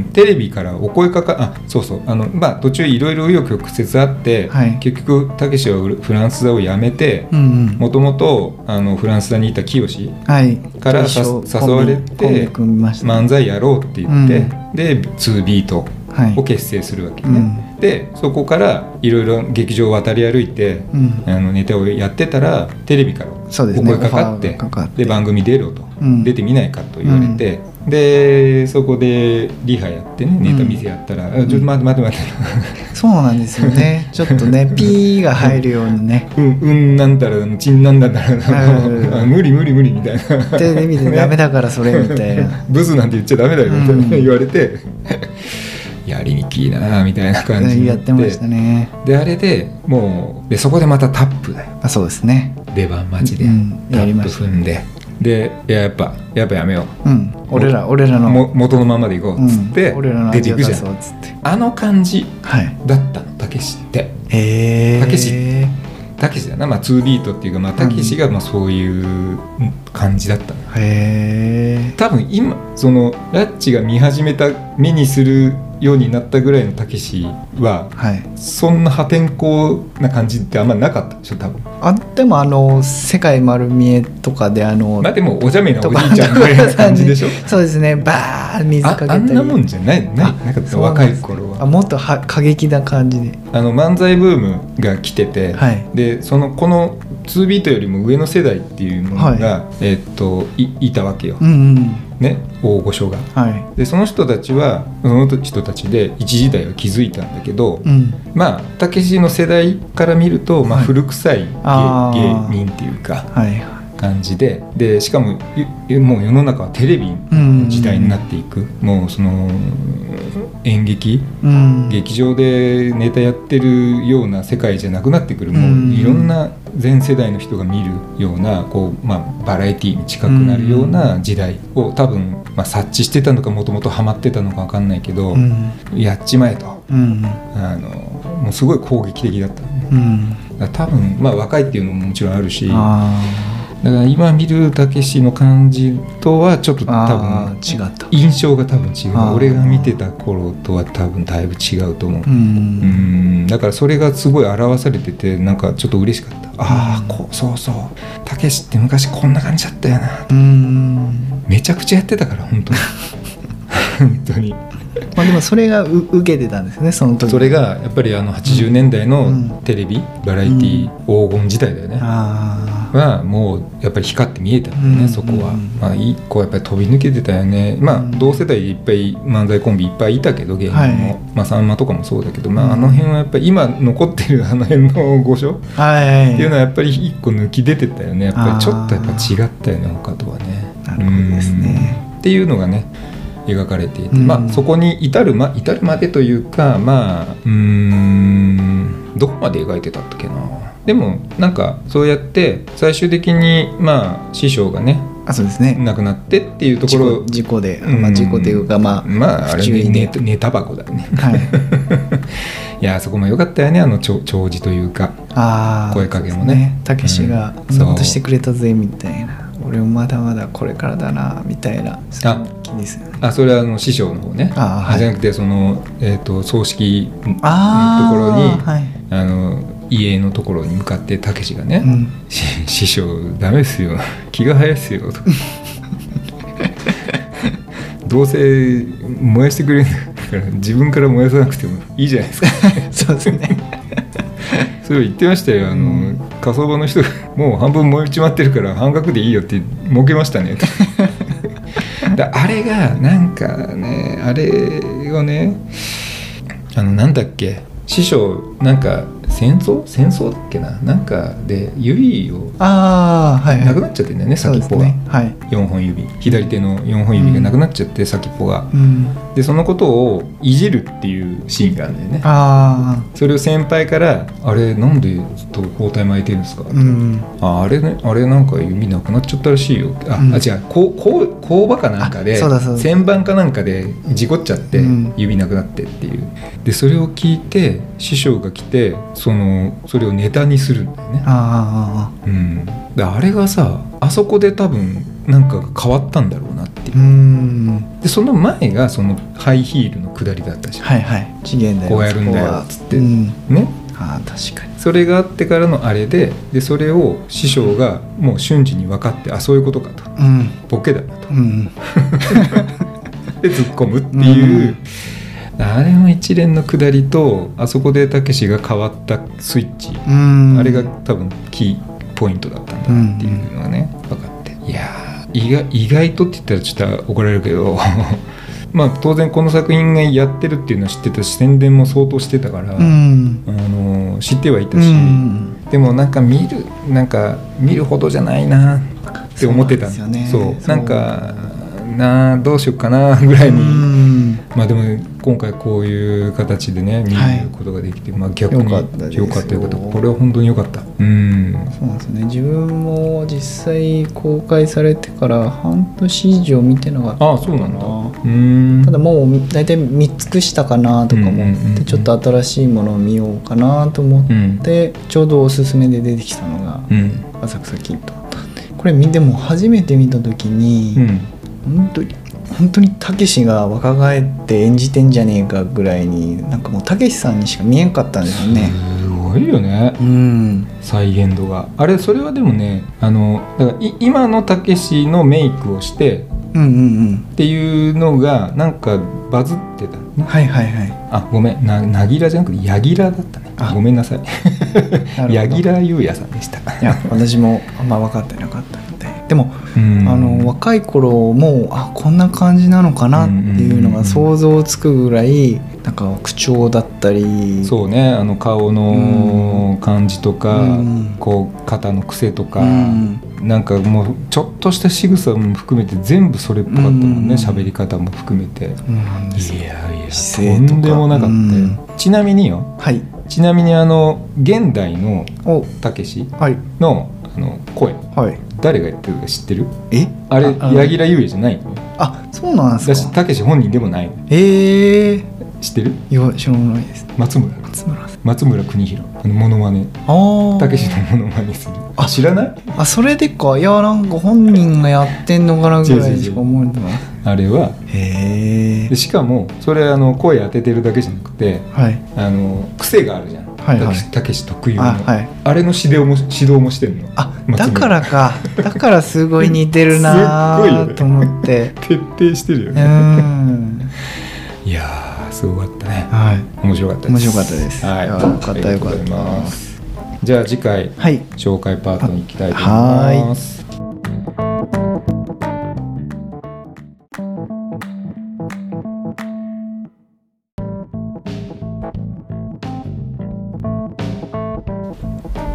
S1: んテレビからお声かかあそうそうあの、まあ、途中いろいろ紆余曲折あって、
S2: はい
S1: 結局たけしはフランス座を辞めて
S2: いうんうん
S1: もともとあのフランス座にいた清
S2: はい
S1: から
S2: 一緒
S1: さ誘われて
S2: コンビ組みました
S1: 漫才やろうって言って、で2ビート
S2: はい
S1: を結成するわけね、でそこからいろいろ劇場を渡り歩いて、
S2: うん
S1: あのネタをやってたらテレビからお
S2: そうですね
S1: 声かかって
S2: オファーがかかって
S1: で番組出ろと、
S2: うん
S1: 出てみないかと言われて、でそこでリハやってねネタ見せやったら「あちょっと待って待って待って
S2: そうなんですよねちょっとねピーが入るようなね」
S1: うん、うんなんたらちんなんだ った
S2: うん
S1: らあ無理無理無理みたいな
S2: テレビでダメだからそれみたいな
S1: ブスなんて言っちゃダメだよみたいな
S2: うん
S1: 言われて やりにきいなみたいな感じにな
S2: やってましたね
S1: であれでもうでそこでまたタップだよ
S2: あそうですね
S1: 出番待ちで、
S2: うん
S1: タ
S2: やり
S1: ッ
S2: ま
S1: プ
S2: した
S1: 踏んででいややっぱやっぱやめよ
S2: うん俺ら俺ら
S1: う、
S2: の
S1: も元のままでいこ
S2: う
S1: うっつ
S2: ん
S1: って、
S2: 俺らの
S1: 出
S2: 味
S1: てい
S2: を
S1: く
S2: 出
S1: じゃ
S2: そうんっつって
S1: あの感じ
S2: はい
S1: だったのたけしって
S2: へえ
S1: たけたけしだな、まあ、2ビートっていうかまあたけしがまあそういう感じだったの
S2: へえ
S1: 多分今そのラッチが見始めた目にするようになったぐらいのたけしは
S2: はい
S1: そんな破天荒な感じってあんまなかったでしょ多分
S2: あでもあの「世界丸見え」とかであの
S1: まあでもお茶目なおじいちゃんみたいな感じでしょ
S2: そうですねバー水か
S1: あ
S2: けたり
S1: あんなもんじゃないないなかった
S2: そうなん
S1: 若
S2: で
S1: い
S2: すね
S1: 頃
S2: あ
S1: は
S2: もっとは過激な感じで
S1: あの漫才ブームが来てて、
S2: はい
S1: でそのこの2ビートよりも上の世代っていうものが、えーっといいたわけよ、
S2: うんうん
S1: ね大御所が
S2: はい
S1: でその人たちはその人たちで一時代は気づいたんだけど、
S2: うん
S1: まあたけしの世代から見ると、まあ、
S2: はい
S1: 古臭い芸,、
S2: あー
S1: 芸人っていうか
S2: はい
S1: 感じででしかもゆもう世の中はテレビ
S2: うん
S1: の時代になっていく、もうその演劇
S2: うん
S1: 劇場でネタやってるような世界じゃなくなってくる、
S2: うん
S1: もういろんな全世代の人が見るようなこう、まあ、バラエティーに近くなるような時代を多分、まあ、察知してたのかもともとハマってたのか分かんないけど、
S2: うん
S1: やっちまえと
S2: うん
S1: あのもうすごい攻撃的だったのね
S2: うん
S1: だから多分、まあ、若いっていうのももちろんあるしだ
S2: あ
S1: から今見るたけしの感じとはちょっと
S2: ー
S1: 多
S2: あ
S1: 分
S2: ー違った
S1: 印象が多分違
S2: あー
S1: う俺が見てた頃とは多分だいぶ違うと思う
S2: う。
S1: うんんだからそれがすごい表されててなんかちょっと嬉しかったああこうそうそうたけしって昔こんな感じだったよな
S2: うん
S1: めちゃくちゃやってたから本 当に本当に
S2: まあでもそれがう受けてたんですねその時
S1: それがやっぱりあの80年代
S2: うん
S1: のテレビ、バラエティー黄金時代だよね、
S2: ああ
S1: はもうやっぱり光って見えたんだよね、
S2: うん
S1: そこは、
S2: うん
S1: まあ一個やっぱり飛び抜けてたよねまあ、
S2: うん
S1: 同世代でいっぱい漫才コンビいっぱいいたけど芸人も、
S2: はい
S1: まあさんまとかもそうだけど、まああの辺はやっぱり今残ってるあの辺の御所
S2: はい
S1: っていうのはやっぱり一個抜き出てたよねやっぱりちょっとやっぱ違ったよね他とはね。
S2: なるほどですね
S1: うんっていうのがね描かれていて、
S2: うん
S1: まあそこに至る,、ま、至るまでというかまあうーんどこまで描いてたっけなでもなんかそうやって最終的にまあ師匠がね
S2: あそうですね
S1: 亡くなってっていうとこ
S2: 事
S1: ろ
S2: 故事故で、
S1: うん
S2: まあ、事故というかまあ、
S1: まああ
S2: 不
S1: れ
S2: 注
S1: ね
S2: 意
S1: 寝
S2: で、
S1: た寝たばこだよね
S2: はい、
S1: いやあそこも良かったよねあの長長寿というか
S2: あー
S1: 声かけもね
S2: そうですたけしが
S1: うん
S2: 「そんなことしてくれたぜ」みたいな「俺もまだまだこれからだな」みたいな
S1: あ
S2: 気にする
S1: あそれはあの師匠の方ね
S2: あーはい
S1: じゃなくてその、えー、と葬式のとこ
S2: あー
S1: ろに
S2: はい
S1: あの家のところに向かってたけしがね、
S2: うん
S1: し師匠ダメですよ 気が早いっす よ」とどうせ燃やしてくれるんだから自分から燃やさなくてもいいじゃないですか
S2: そうですね
S1: それを言ってましたよあの、
S2: うん
S1: 火葬場の人が 「もう半分燃えちまってるから半額でいいよ」って儲けました ねとだあれがなんかねあれをねあのなんだっけ師匠なんか戦争戦争だっけななんかで指を
S2: ああはいはい
S1: なくなっちゃってんだよね、
S2: そう
S1: 先
S2: で
S1: っ
S2: す
S1: ぽが、
S2: ねはい
S1: 4本指左手の4本指がなくなっちゃって、先っぽが
S2: うん
S1: でそのことをいじるっていうシーンがあるんだよね
S2: あ
S1: それを先輩から「あれなんでずっと包帯巻いてるんですか
S2: あうん
S1: ああれねあれなんか指なくなっちゃったらしいよあ、
S2: うん
S1: あ違うこうこう工場かなんかで
S2: あそうだそうだ
S1: 旋盤かなんかで事故っちゃって、
S2: うん
S1: 指なくなってっていうでそれを聞いて師匠が来てそのそれをネタにするんだよね
S2: あ
S1: うん、であれがさあそこで多分なんか変わったんだろうなってい
S2: あう
S1: うんでその前がそのハイヒールの下りだったじゃん、
S2: はいはい次元だよ
S1: こうやるんだよ
S2: そこは
S1: つって
S2: うん、
S1: ね
S2: ああ確かに
S1: それがあってからのあれででそれを師匠がもう瞬時に分かってあそういうことかと
S2: うん
S1: ボケだなと
S2: うん
S1: で突っ込むっていう、あれの一連の下りとあそこでたけしが変わったスイッチ、
S2: うん
S1: あれが多分キーポイントだったんだなっていうのがね、分かっていやー意外意外とって言ったらちょっと怒られるけど まあ当然この作品がやってるっていうのは知ってたし宣伝も相当してたから、
S2: うん
S1: あのー知ってはいた
S2: う
S1: し、
S2: ん
S1: でもなんか見るなんか見るほどじゃないなって思ってた
S2: そうなんですよね
S1: そう
S2: そう
S1: なんかなあどうしようかなぐらいに
S2: うん
S1: まあでも今回こういう形でね見
S2: はい
S1: ることができて、まあ逆に
S2: よかったですよ
S1: よかったよかったこれは本当によかったうん
S2: そうなんですね自分も実際公開されてから半年以上見てなかった
S1: ああそうなんだうん
S2: ただもう大体見尽くしたかなとか思
S1: うんうんうん
S2: っ
S1: う
S2: て
S1: ん
S2: ちょっと新しいものを見ようかなと思
S1: うん
S2: ってちょうどおすすめで出てきたのが
S1: うん
S2: 「浅草キッド」これ見ても初めて見た時
S1: う
S2: に
S1: ん
S2: 本当に本当にたけしが若返って演じてんじゃねえかぐらいになんかもうたけしさんにしか見えんかったんですよね。
S1: すごいよね
S2: うん
S1: 再現度があれそれはでもねあのだからい今のたけしのメイクをして
S2: うんうん
S1: っていうのがなんかバズってたの
S2: うん
S1: ね
S2: はいはいはい
S1: あごめんななぎらじゃなくてやぎらだったね
S2: あ
S1: ごめんなさい
S2: なるほど
S1: やぎらゆうやさんでした
S2: いや私もあんま分かってなかったのででも
S1: うん
S2: あの若い頃もあこんな感じなのかなっていう
S1: うんうん
S2: の
S1: うんうん
S2: が想像つくぐらいなんか口調だったり
S1: そうねあの顔の感じとか、
S2: うん
S1: こう肩の癖とか、
S2: うん
S1: なんかもうちょっとした仕草も含めて全部それっぽかったもん
S2: うん
S1: ね喋、り方も含めて。
S2: そうなんですよ
S1: やい
S2: 姿勢とか
S1: とんでもなかったよ、
S2: うん
S1: ちなみによ
S2: はい
S1: ちなみにあの現代の
S2: お
S1: たけし
S2: はい
S1: のあの声
S2: はい
S1: 誰がやってるか知ってる
S2: え
S1: あれ
S2: あ
S1: 柳楽優弥じゃないのよ
S2: あそうなんで
S1: だ
S2: す
S1: し
S2: か
S1: たけし本人でもないのよ
S2: ええ
S1: 知ってる
S2: ー、よ知らないです
S1: 松村
S2: 松村さん
S1: 松村邦弘あのモノマネ
S2: ああ
S1: たけしのモノマネする
S2: あ
S1: 知らない
S2: あそれでかいやなんか本人がやってんのかなぐらいしか思えてない
S1: あれは
S2: へえ
S1: でしかもそれあの声当ててるだけじゃなくて
S2: はい
S1: あの癖があるじゃん、
S2: はいは
S1: たけ
S2: い
S1: したけし特有の
S2: あ
S1: あ,、
S2: はい
S1: れの指導も指導もしてんの
S2: あ
S1: 松村
S2: だからかだからすごい似てるな
S1: すっごいよ
S2: ー
S1: ね
S2: と 思って
S1: 徹底してるよ
S2: う
S1: ね、
S2: ん
S1: いやーすごかったね
S2: はい
S1: 面白かったです
S2: 面白かったです
S1: はい
S2: いやよかった
S1: ありがとうございますじゃあ次回
S2: はい
S1: 紹介パートに行きたいと思います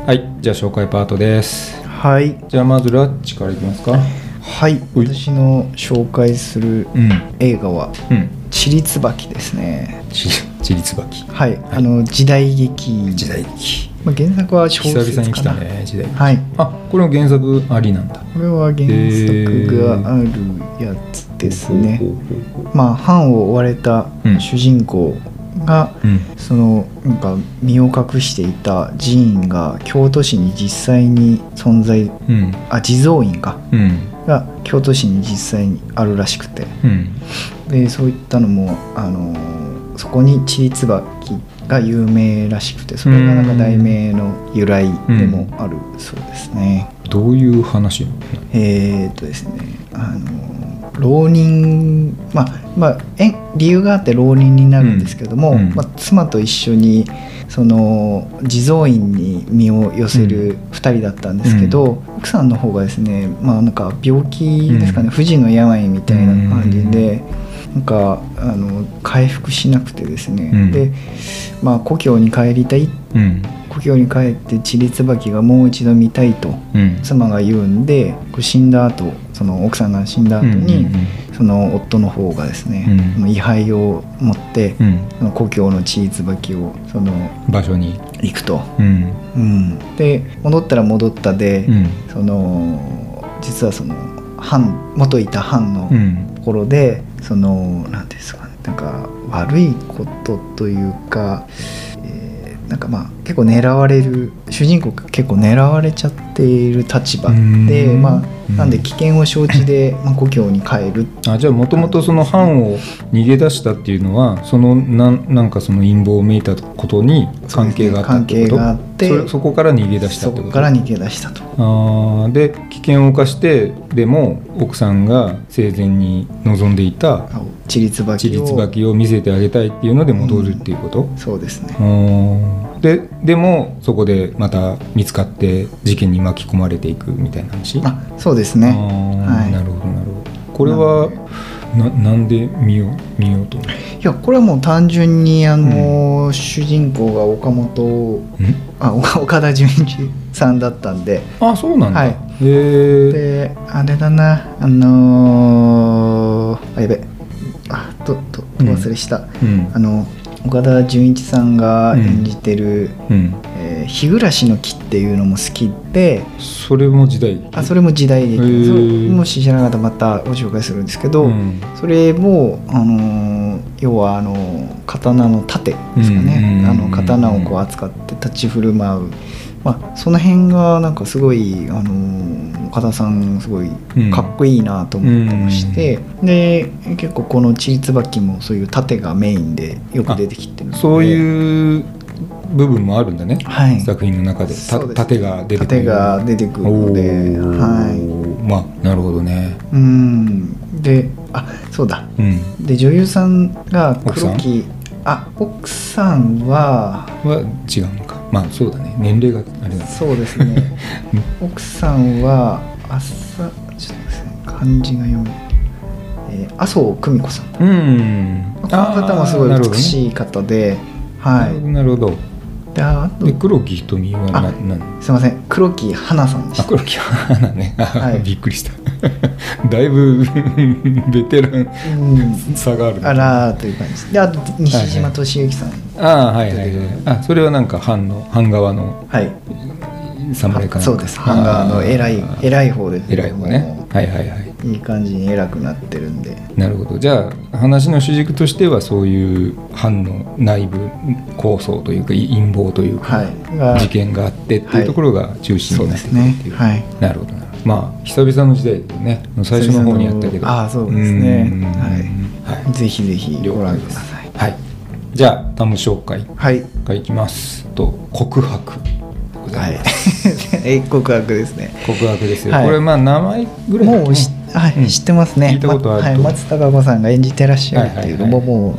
S1: はい、じゃあ紹介パートです。
S2: はい
S1: じゃあまずラッチからいきますか。
S2: はい
S1: おい
S2: 私の紹介する
S1: うん、
S2: 映画は
S1: うん、
S2: 「ちりつばき」ですね
S1: ち、ちりつばき。
S2: はいあの時代劇
S1: 時代劇。
S2: まあ、原作は小
S1: 久
S2: 説
S1: 々
S2: かな
S1: に来たね、時代劇。
S2: はい
S1: あ、これも原作ありなんだ。
S2: これは原作があるやつですね
S1: ほうほうほうほ
S2: まあ藩を追われた
S1: うん
S2: 主人公が、
S1: う。うん。
S2: そのなんか身を隠していた寺院が京都市に実際に存在
S1: うん。
S2: あ地蔵院か
S1: うん。
S2: が京都市に実際にあるらしくて
S1: うん。
S2: でそういったのも、あのーそこにちりつばきが有名らしくてそれがなんか題名の由来でもあるそうですね。
S1: どういう話なの
S2: えーっとですね、あのー浪人まあまあえ理由があって浪人になるんですけども、
S1: うんうん
S2: まあ、妻と一緒にその地蔵院に身を寄せる2人だったんですけど、奥さんの方がですねまあなんか病気ですかね、
S1: うん
S2: 不治の病みたいな感じで。なんかあの回復しなくてですね、
S1: うん
S2: で、まあ、故郷に帰りたい
S1: うん。
S2: 故郷に帰ってちりつばきがもう一度見たいと
S1: うん。
S2: 妻が言うんでこう死んだ後その奥さんが死んだ後に、その夫の方がですね、
S1: うん
S2: その位牌を持って、
S1: うんうん
S2: その故郷の地椿をその
S1: 場所に。
S2: 行くと、
S1: うん。
S2: うん、で戻ったら戻ったで、
S1: うん。
S2: その実はその藩元いた藩の
S1: うん。
S2: ところで、その何ですかねなんか悪いことというか、えーなんかまあ結構狙われる主人公が結構狙われちゃっている立場
S1: うー
S2: で、
S1: ん
S2: まあ、なんで
S1: うん
S2: 危険を承 知で、まあ、故郷に帰る
S1: あじゃあもともとその藩を逃げ出したっていうのはそのなんなんかその陰謀をめいたことに関係があったってこと
S2: 関係があって
S1: それそこから逃げ出した
S2: そ
S1: ってこ
S2: ことから逃げ出したと。
S1: あーで危険を冒してでも奥さんが生前に望んでいた
S2: ちりつば
S1: 自
S2: きを
S1: 立ばきを見せてあげたいっていうので戻るっていうこと、
S2: そうですね
S1: う、ーんででもそこでまた見つかって事件に巻き込まれていくみたいな話
S2: あそうです
S1: あー
S2: ねはい
S1: なるほどなるほどこれはななんで見よう見ようと思う
S2: いやこれはもう単純にあの、主人公が岡本
S1: ん
S2: あ岡岡田准一さんだったんで
S1: あそうなんだ、
S2: はい
S1: へえ
S2: であれだなあのー、あやべあどどお忘れした、
S1: うん
S2: あの岡田准一さんが演じてる、
S1: うん
S2: えー日暮らしの木っていうのも好きで
S1: それも時代
S2: あそれも時代劇
S1: へー
S2: それもし知らなかったらまたご紹介するんですけど、
S1: うん
S2: それも、あのー要はあのー刀の盾ですか
S1: うんうんうんう
S2: ね
S1: ん
S2: あの刀をこう扱って立ち振る舞う、まあ、その辺がなんかすごい、あのー岡田さんすごい
S1: うん
S2: かっこいいなと思ってまして、で結構この「ちりつばき」もそういう盾がメインでよく出てきてるので
S1: そういう部分もあるんだね、
S2: はい
S1: 作品の中でた
S2: そうです
S1: 盾が出てくる
S2: 盾が出てくるので
S1: おー
S2: はい
S1: まあなるほどね
S2: うんであそうだ
S1: うん
S2: で女優さんが黒
S1: 奥さ
S2: 木あ奥さんは
S1: は違うのかまあそうだね年齢があれだね
S2: そうですね 奥さんは朝ちょっとですね漢字が読めない、えー、麻生久美子さんこ
S1: うん
S2: の方もすごい美しい方で、は
S1: なるほどね、
S2: いでああ
S1: なるほどで
S2: と
S1: 黒木瞳はな
S2: あ
S1: なん
S2: すいません黒木花さんで
S1: あ
S2: した
S1: 黒木花ね、
S2: はい
S1: びっくりした だいぶ ベテラ
S2: うん
S1: ン差がある
S2: あらーという感じであと西島敏行さん
S1: ああはいはいはいあそれはなんか藩の藩側の
S2: はい、
S1: 侍かな
S2: あそうです版画の偉い偉い方で
S1: 偉い方ねはいはいはい
S2: いい感じに偉くなってるんで
S1: なるほどじゃあ話の主軸としてはそういう藩の内部構想というか陰謀というか、
S2: はいが
S1: 事件があってって
S2: は
S1: いう
S2: い
S1: ところが中心になってくるっていう,、
S2: はい
S1: なるほどなまあ久々の時代だよね最初の方にやったけど
S2: ああそうですね
S1: ん
S2: はい、ぜひぜひ
S1: 了
S2: ご覧
S1: 解
S2: く
S1: で
S2: だ
S1: す
S2: さい
S1: はいじゃあタム紹介
S2: はい
S1: がいきますと告白でござ
S2: はいい
S1: ます
S2: え告白ですね
S1: 告白ですよ、
S2: はい
S1: これまあ名前ぐらいだね
S2: もうし、はい
S1: うん
S2: 知ってますね
S1: 聞いたことあると
S2: まはい、松たか子さんが演じてらっしゃるっていうのも、
S1: はいはい
S2: も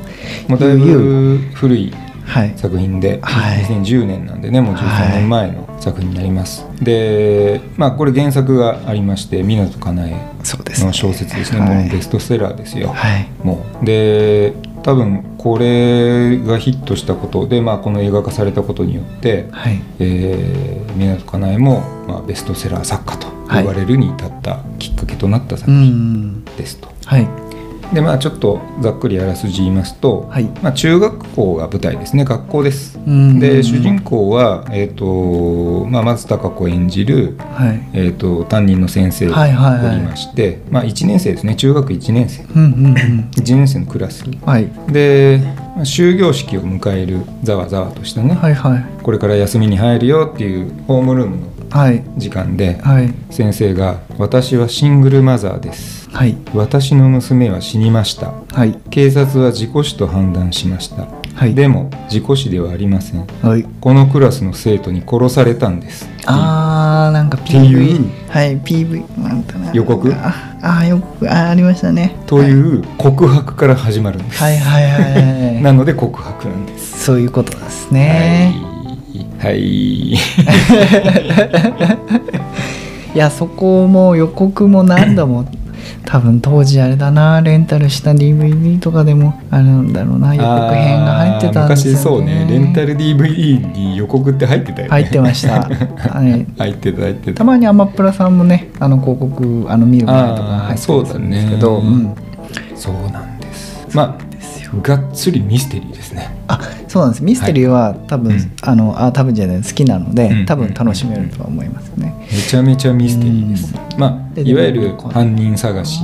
S2: う
S1: もうだい
S2: 悠々
S1: ぶ古い
S2: はい
S1: 作品で、
S2: はい
S1: 2010年なんでねもう13年前の作品になります、でまあこれ原作がありまして湊かなえ
S2: そうですね
S1: の小説ですね
S2: はい
S1: もうベストセラーですよ、
S2: はい
S1: もうで多分これがヒットしたことで、まあ、この映画化されたことによって、
S2: はい
S1: えー、湊かなえも、まあ、ベストセラー作家と言われるに至ったきっかけとなった作
S2: う
S1: 品
S2: ん
S1: ですと、
S2: はい
S1: でまあちょっとざっくりあらすじ言いますと、
S2: はい
S1: まあ、中学校が舞台ですね学校です
S2: うん
S1: で主人公は、えーとまあ、松たか子演じる、
S2: はい
S1: えー、と担任の先生が
S2: はいはいはい
S1: おりまして、まあ、1年生ですね中学1年生
S2: うんうんうん
S1: 1年生のクラス
S2: はい
S1: でまあ終業式を迎えるざわざわとしたね、
S2: はいはい
S1: これから休みに入るよっていうホームルームの
S2: はい
S1: 時間で
S2: はい
S1: 先生が「私はシングルマザーです」
S2: はい
S1: 「私の娘は死にました」
S2: はい
S1: 警察は事故死と判断しました、
S2: はい
S1: でも事故死ではありません
S2: はい
S1: このクラスの生徒に殺されたんです
S2: あーなんか
S1: ていう
S2: PV はい PV なんだな
S1: 予告
S2: ああー予告あーありましたね
S1: という告白から始まるんです、
S2: はいはいはいはいは い
S1: なので告白なんです、
S2: そういうことですね、
S1: はいはい
S2: い、やそこも予告も何度 も多分当時あれだなレンタルした DVD とかでもあるんだろうな予告編が入ってたんですよ、ね、
S1: あー昔そうねレンタル DVD に予告って入ってたよね
S2: 入ってました、はい、
S1: 入ってた入って
S2: た
S1: た
S2: まにアマプラさんもねあの広告あの見る前とか
S1: あ
S2: 入
S1: ー
S2: って
S1: そう
S2: た
S1: だ
S2: んで
S1: ね
S2: すけどうん
S1: そうなんですまあ
S2: ですよ
S1: がっつりミステリーですね
S2: あそうなんですミステリーは多分、
S1: うん
S2: あのあ多分じゃない好きなので、
S1: うん
S2: 多分楽しめるとは思いますね、
S1: めちゃめちゃミステリーです、まあ
S2: で
S1: いわゆる犯人探し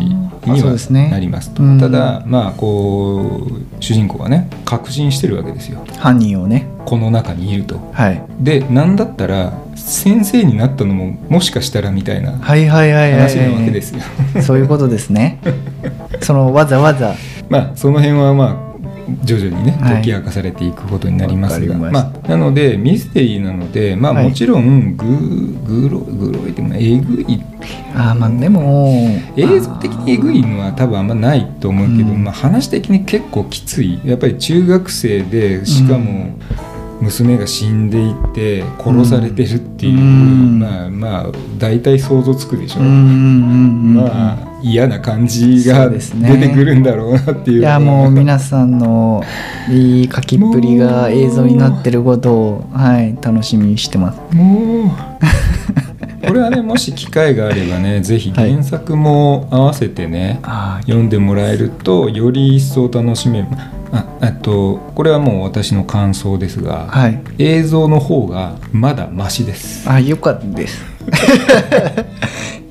S2: あ
S1: に
S2: そうです
S1: は
S2: ね
S1: なりますと
S2: うん
S1: ただまあこう主人公はね確信してるわけですよ
S2: 犯人をね
S1: この中にいると
S2: はい、
S1: でなんだったら先生になったのももしかしたらみたいな
S2: はいはいはいはいはい
S1: 話なわけですよ
S2: そういうことで すねそのわざわざ
S1: まあその辺はまあ徐々にね
S2: はい
S1: 解き明かされていくことになりますが、
S2: わかりまし
S1: まあ、なのでミステリーなので、まあ、
S2: はい
S1: もちろんグーグログロいでもえぐい
S2: あーまあでも
S1: 映像的にえぐいのは多分あんまないと思うけど、
S2: うん
S1: まあ、話的に結構きついやっぱり中学生でしかも娘が死んでいて殺されてるっていう、
S2: うん
S1: まあまあ大体想像つくでし
S2: う
S1: ょ、
S2: んうんうんうん、
S1: まあ嫌な感じが
S2: そう
S1: 出
S2: ですね
S1: てくるんだろうなっていう
S2: いやもう皆さんのいい書きっぷりが映像になってることを、はい、楽しみにしてます
S1: もうこれれはねもし機会があればねぜひ原作も合わせてね、
S2: あ
S1: 読んでもらえるとより一層楽しめああとこれはもう私の感想です
S2: あ
S1: が
S2: はい
S1: 映像の方がまだマシです
S2: あよかったです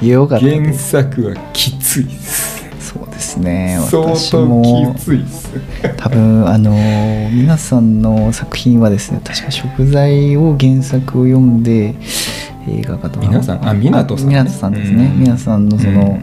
S2: よかった
S1: 原作はきついです
S2: そうですね
S1: 相
S2: 私
S1: 当
S2: も
S1: きついです
S2: 多分あのー皆さんの作品はですね確か食材を原作を読んで映画化とか
S1: 皆さんあ湊さんね
S2: 湊さんですね、
S1: うん
S2: 皆さんのその、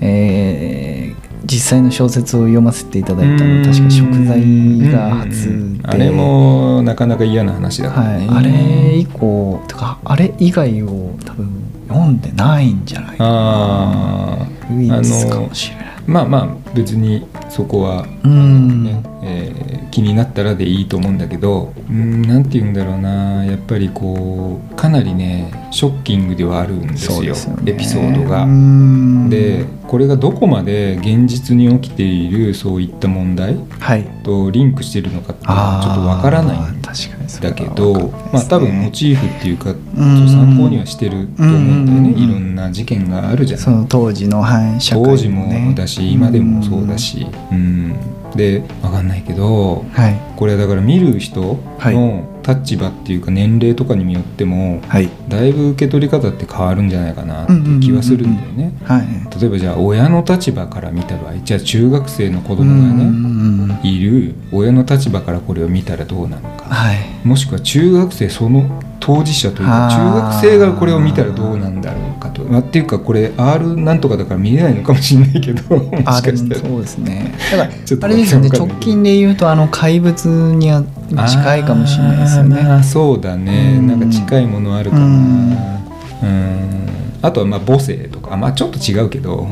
S2: えー実際の小説を読ませていただいたの確か食材が初で、
S1: うんあれもなかなか嫌な話だから
S2: は
S1: ね、
S2: い、あれ以降とかあれ以外を多分読んでないんじゃないか
S1: あー
S2: 唯一かもしれない
S1: まあまあ別にそこは、
S2: うん、
S1: ねえー気になったらでいいと思うんだけどうんなんて言うんだろうなやっぱりこうかなりねショッキングではあるんです
S2: そう
S1: よ
S2: ですよね
S1: エピソードが
S2: う。ん
S1: でこれがどこまで現実に起きているそういった問題
S2: はい
S1: とリンクしてるのかっていうのは
S2: あ
S1: ちょ
S2: ー
S1: っとわからないん
S2: 確かにそれ
S1: だ
S2: は
S1: けど、
S2: わかんないですね
S1: まあ多分モチーフっていうか
S2: ん
S1: 参考にはしてると思うんだよね
S2: うん
S1: いろんな事件があるじゃない
S2: その当時の反社会
S1: 当時もだし今でもそうだ、し、うん、で分かんないけど
S2: うんはい
S1: これはだから見る人
S2: はい
S1: の立場っていうか年齢とかによっても
S2: はい
S1: だいぶ受け取り方って変わるんじゃないかなっていう気はするんだよね。
S2: はい
S1: 例えばじゃあ親の立場から見た場合じゃあ中学生の子供
S2: う
S1: がね
S2: んうんうん
S1: いる親の立場からこれを見たらどうなのか
S2: はい
S1: もしくは中学生その当事者というか中
S2: あー
S1: 学生がこれを見たらどうなんだろうかと、まあ、っていうかこれ R なんとかだから見れないのかもしれないけど もしか
S2: あでも
S1: したら
S2: そうですねだから
S1: ちょっと
S2: あれですよね
S1: わかん
S2: 直
S1: ないけど
S2: 近で言うとあの怪物にあ近いかもしれないですよ
S1: あーま
S2: ね
S1: あそうだね
S2: うん
S1: なんか近いものあるかなうんあとはまあ母性とかまあちょっと違うけど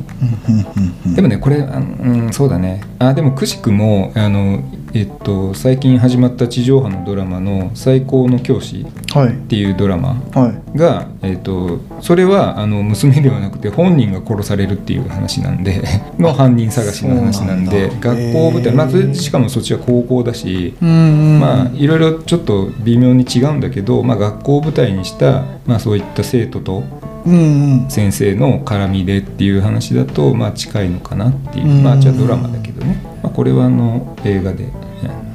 S1: で
S2: も
S1: もねこれあのうんそうだねあでもくしくもあのえっと最近始まった地上波のドラマの「最高の教師」っ
S2: はい
S1: ていうドラマ
S2: はい
S1: が、えー、とそれはあの娘ではなくて本人が殺されるっていう話なんでの犯人探しの話なんで
S2: そうなんだ
S1: 学校を舞
S2: へ
S1: 台、
S2: ー
S1: まあ、それしかもそっちは高校だし、
S2: うんうん
S1: まあいろいろちょっと微妙に違うんだけど、まあ、学校を舞台にした、まあ、そういった生徒と
S2: うんうん
S1: 先生の絡みでっていう話だと、まあ、近いのかなっていう、
S2: うん
S1: まあじゃあドラマだけどね、まあ、これはあの映画で、うん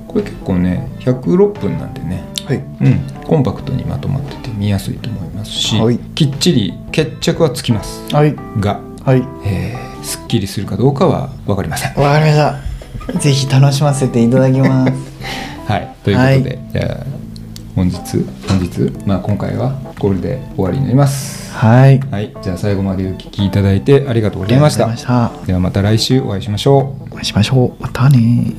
S1: これ結構ね106分なんでね
S2: はい
S1: うん、コンパクトにまとまってて見やすいと思いますし、
S2: はい
S1: きっちり決着はつきます
S2: はい
S1: が、
S2: はい
S1: えー、すっきりするかどうかは分かりません。
S2: わかりましたぜひ楽しませていただきます
S1: はい、ということで、じゃあ本日本日、まあ、今回はこれで終わりになります。
S2: はい
S1: はい、じゃあ最後までお聞きいただいてありがとうございました。
S2: ありがとうございま
S1: ではまた来週お会いしましょう。
S2: したお会いしましょうまたね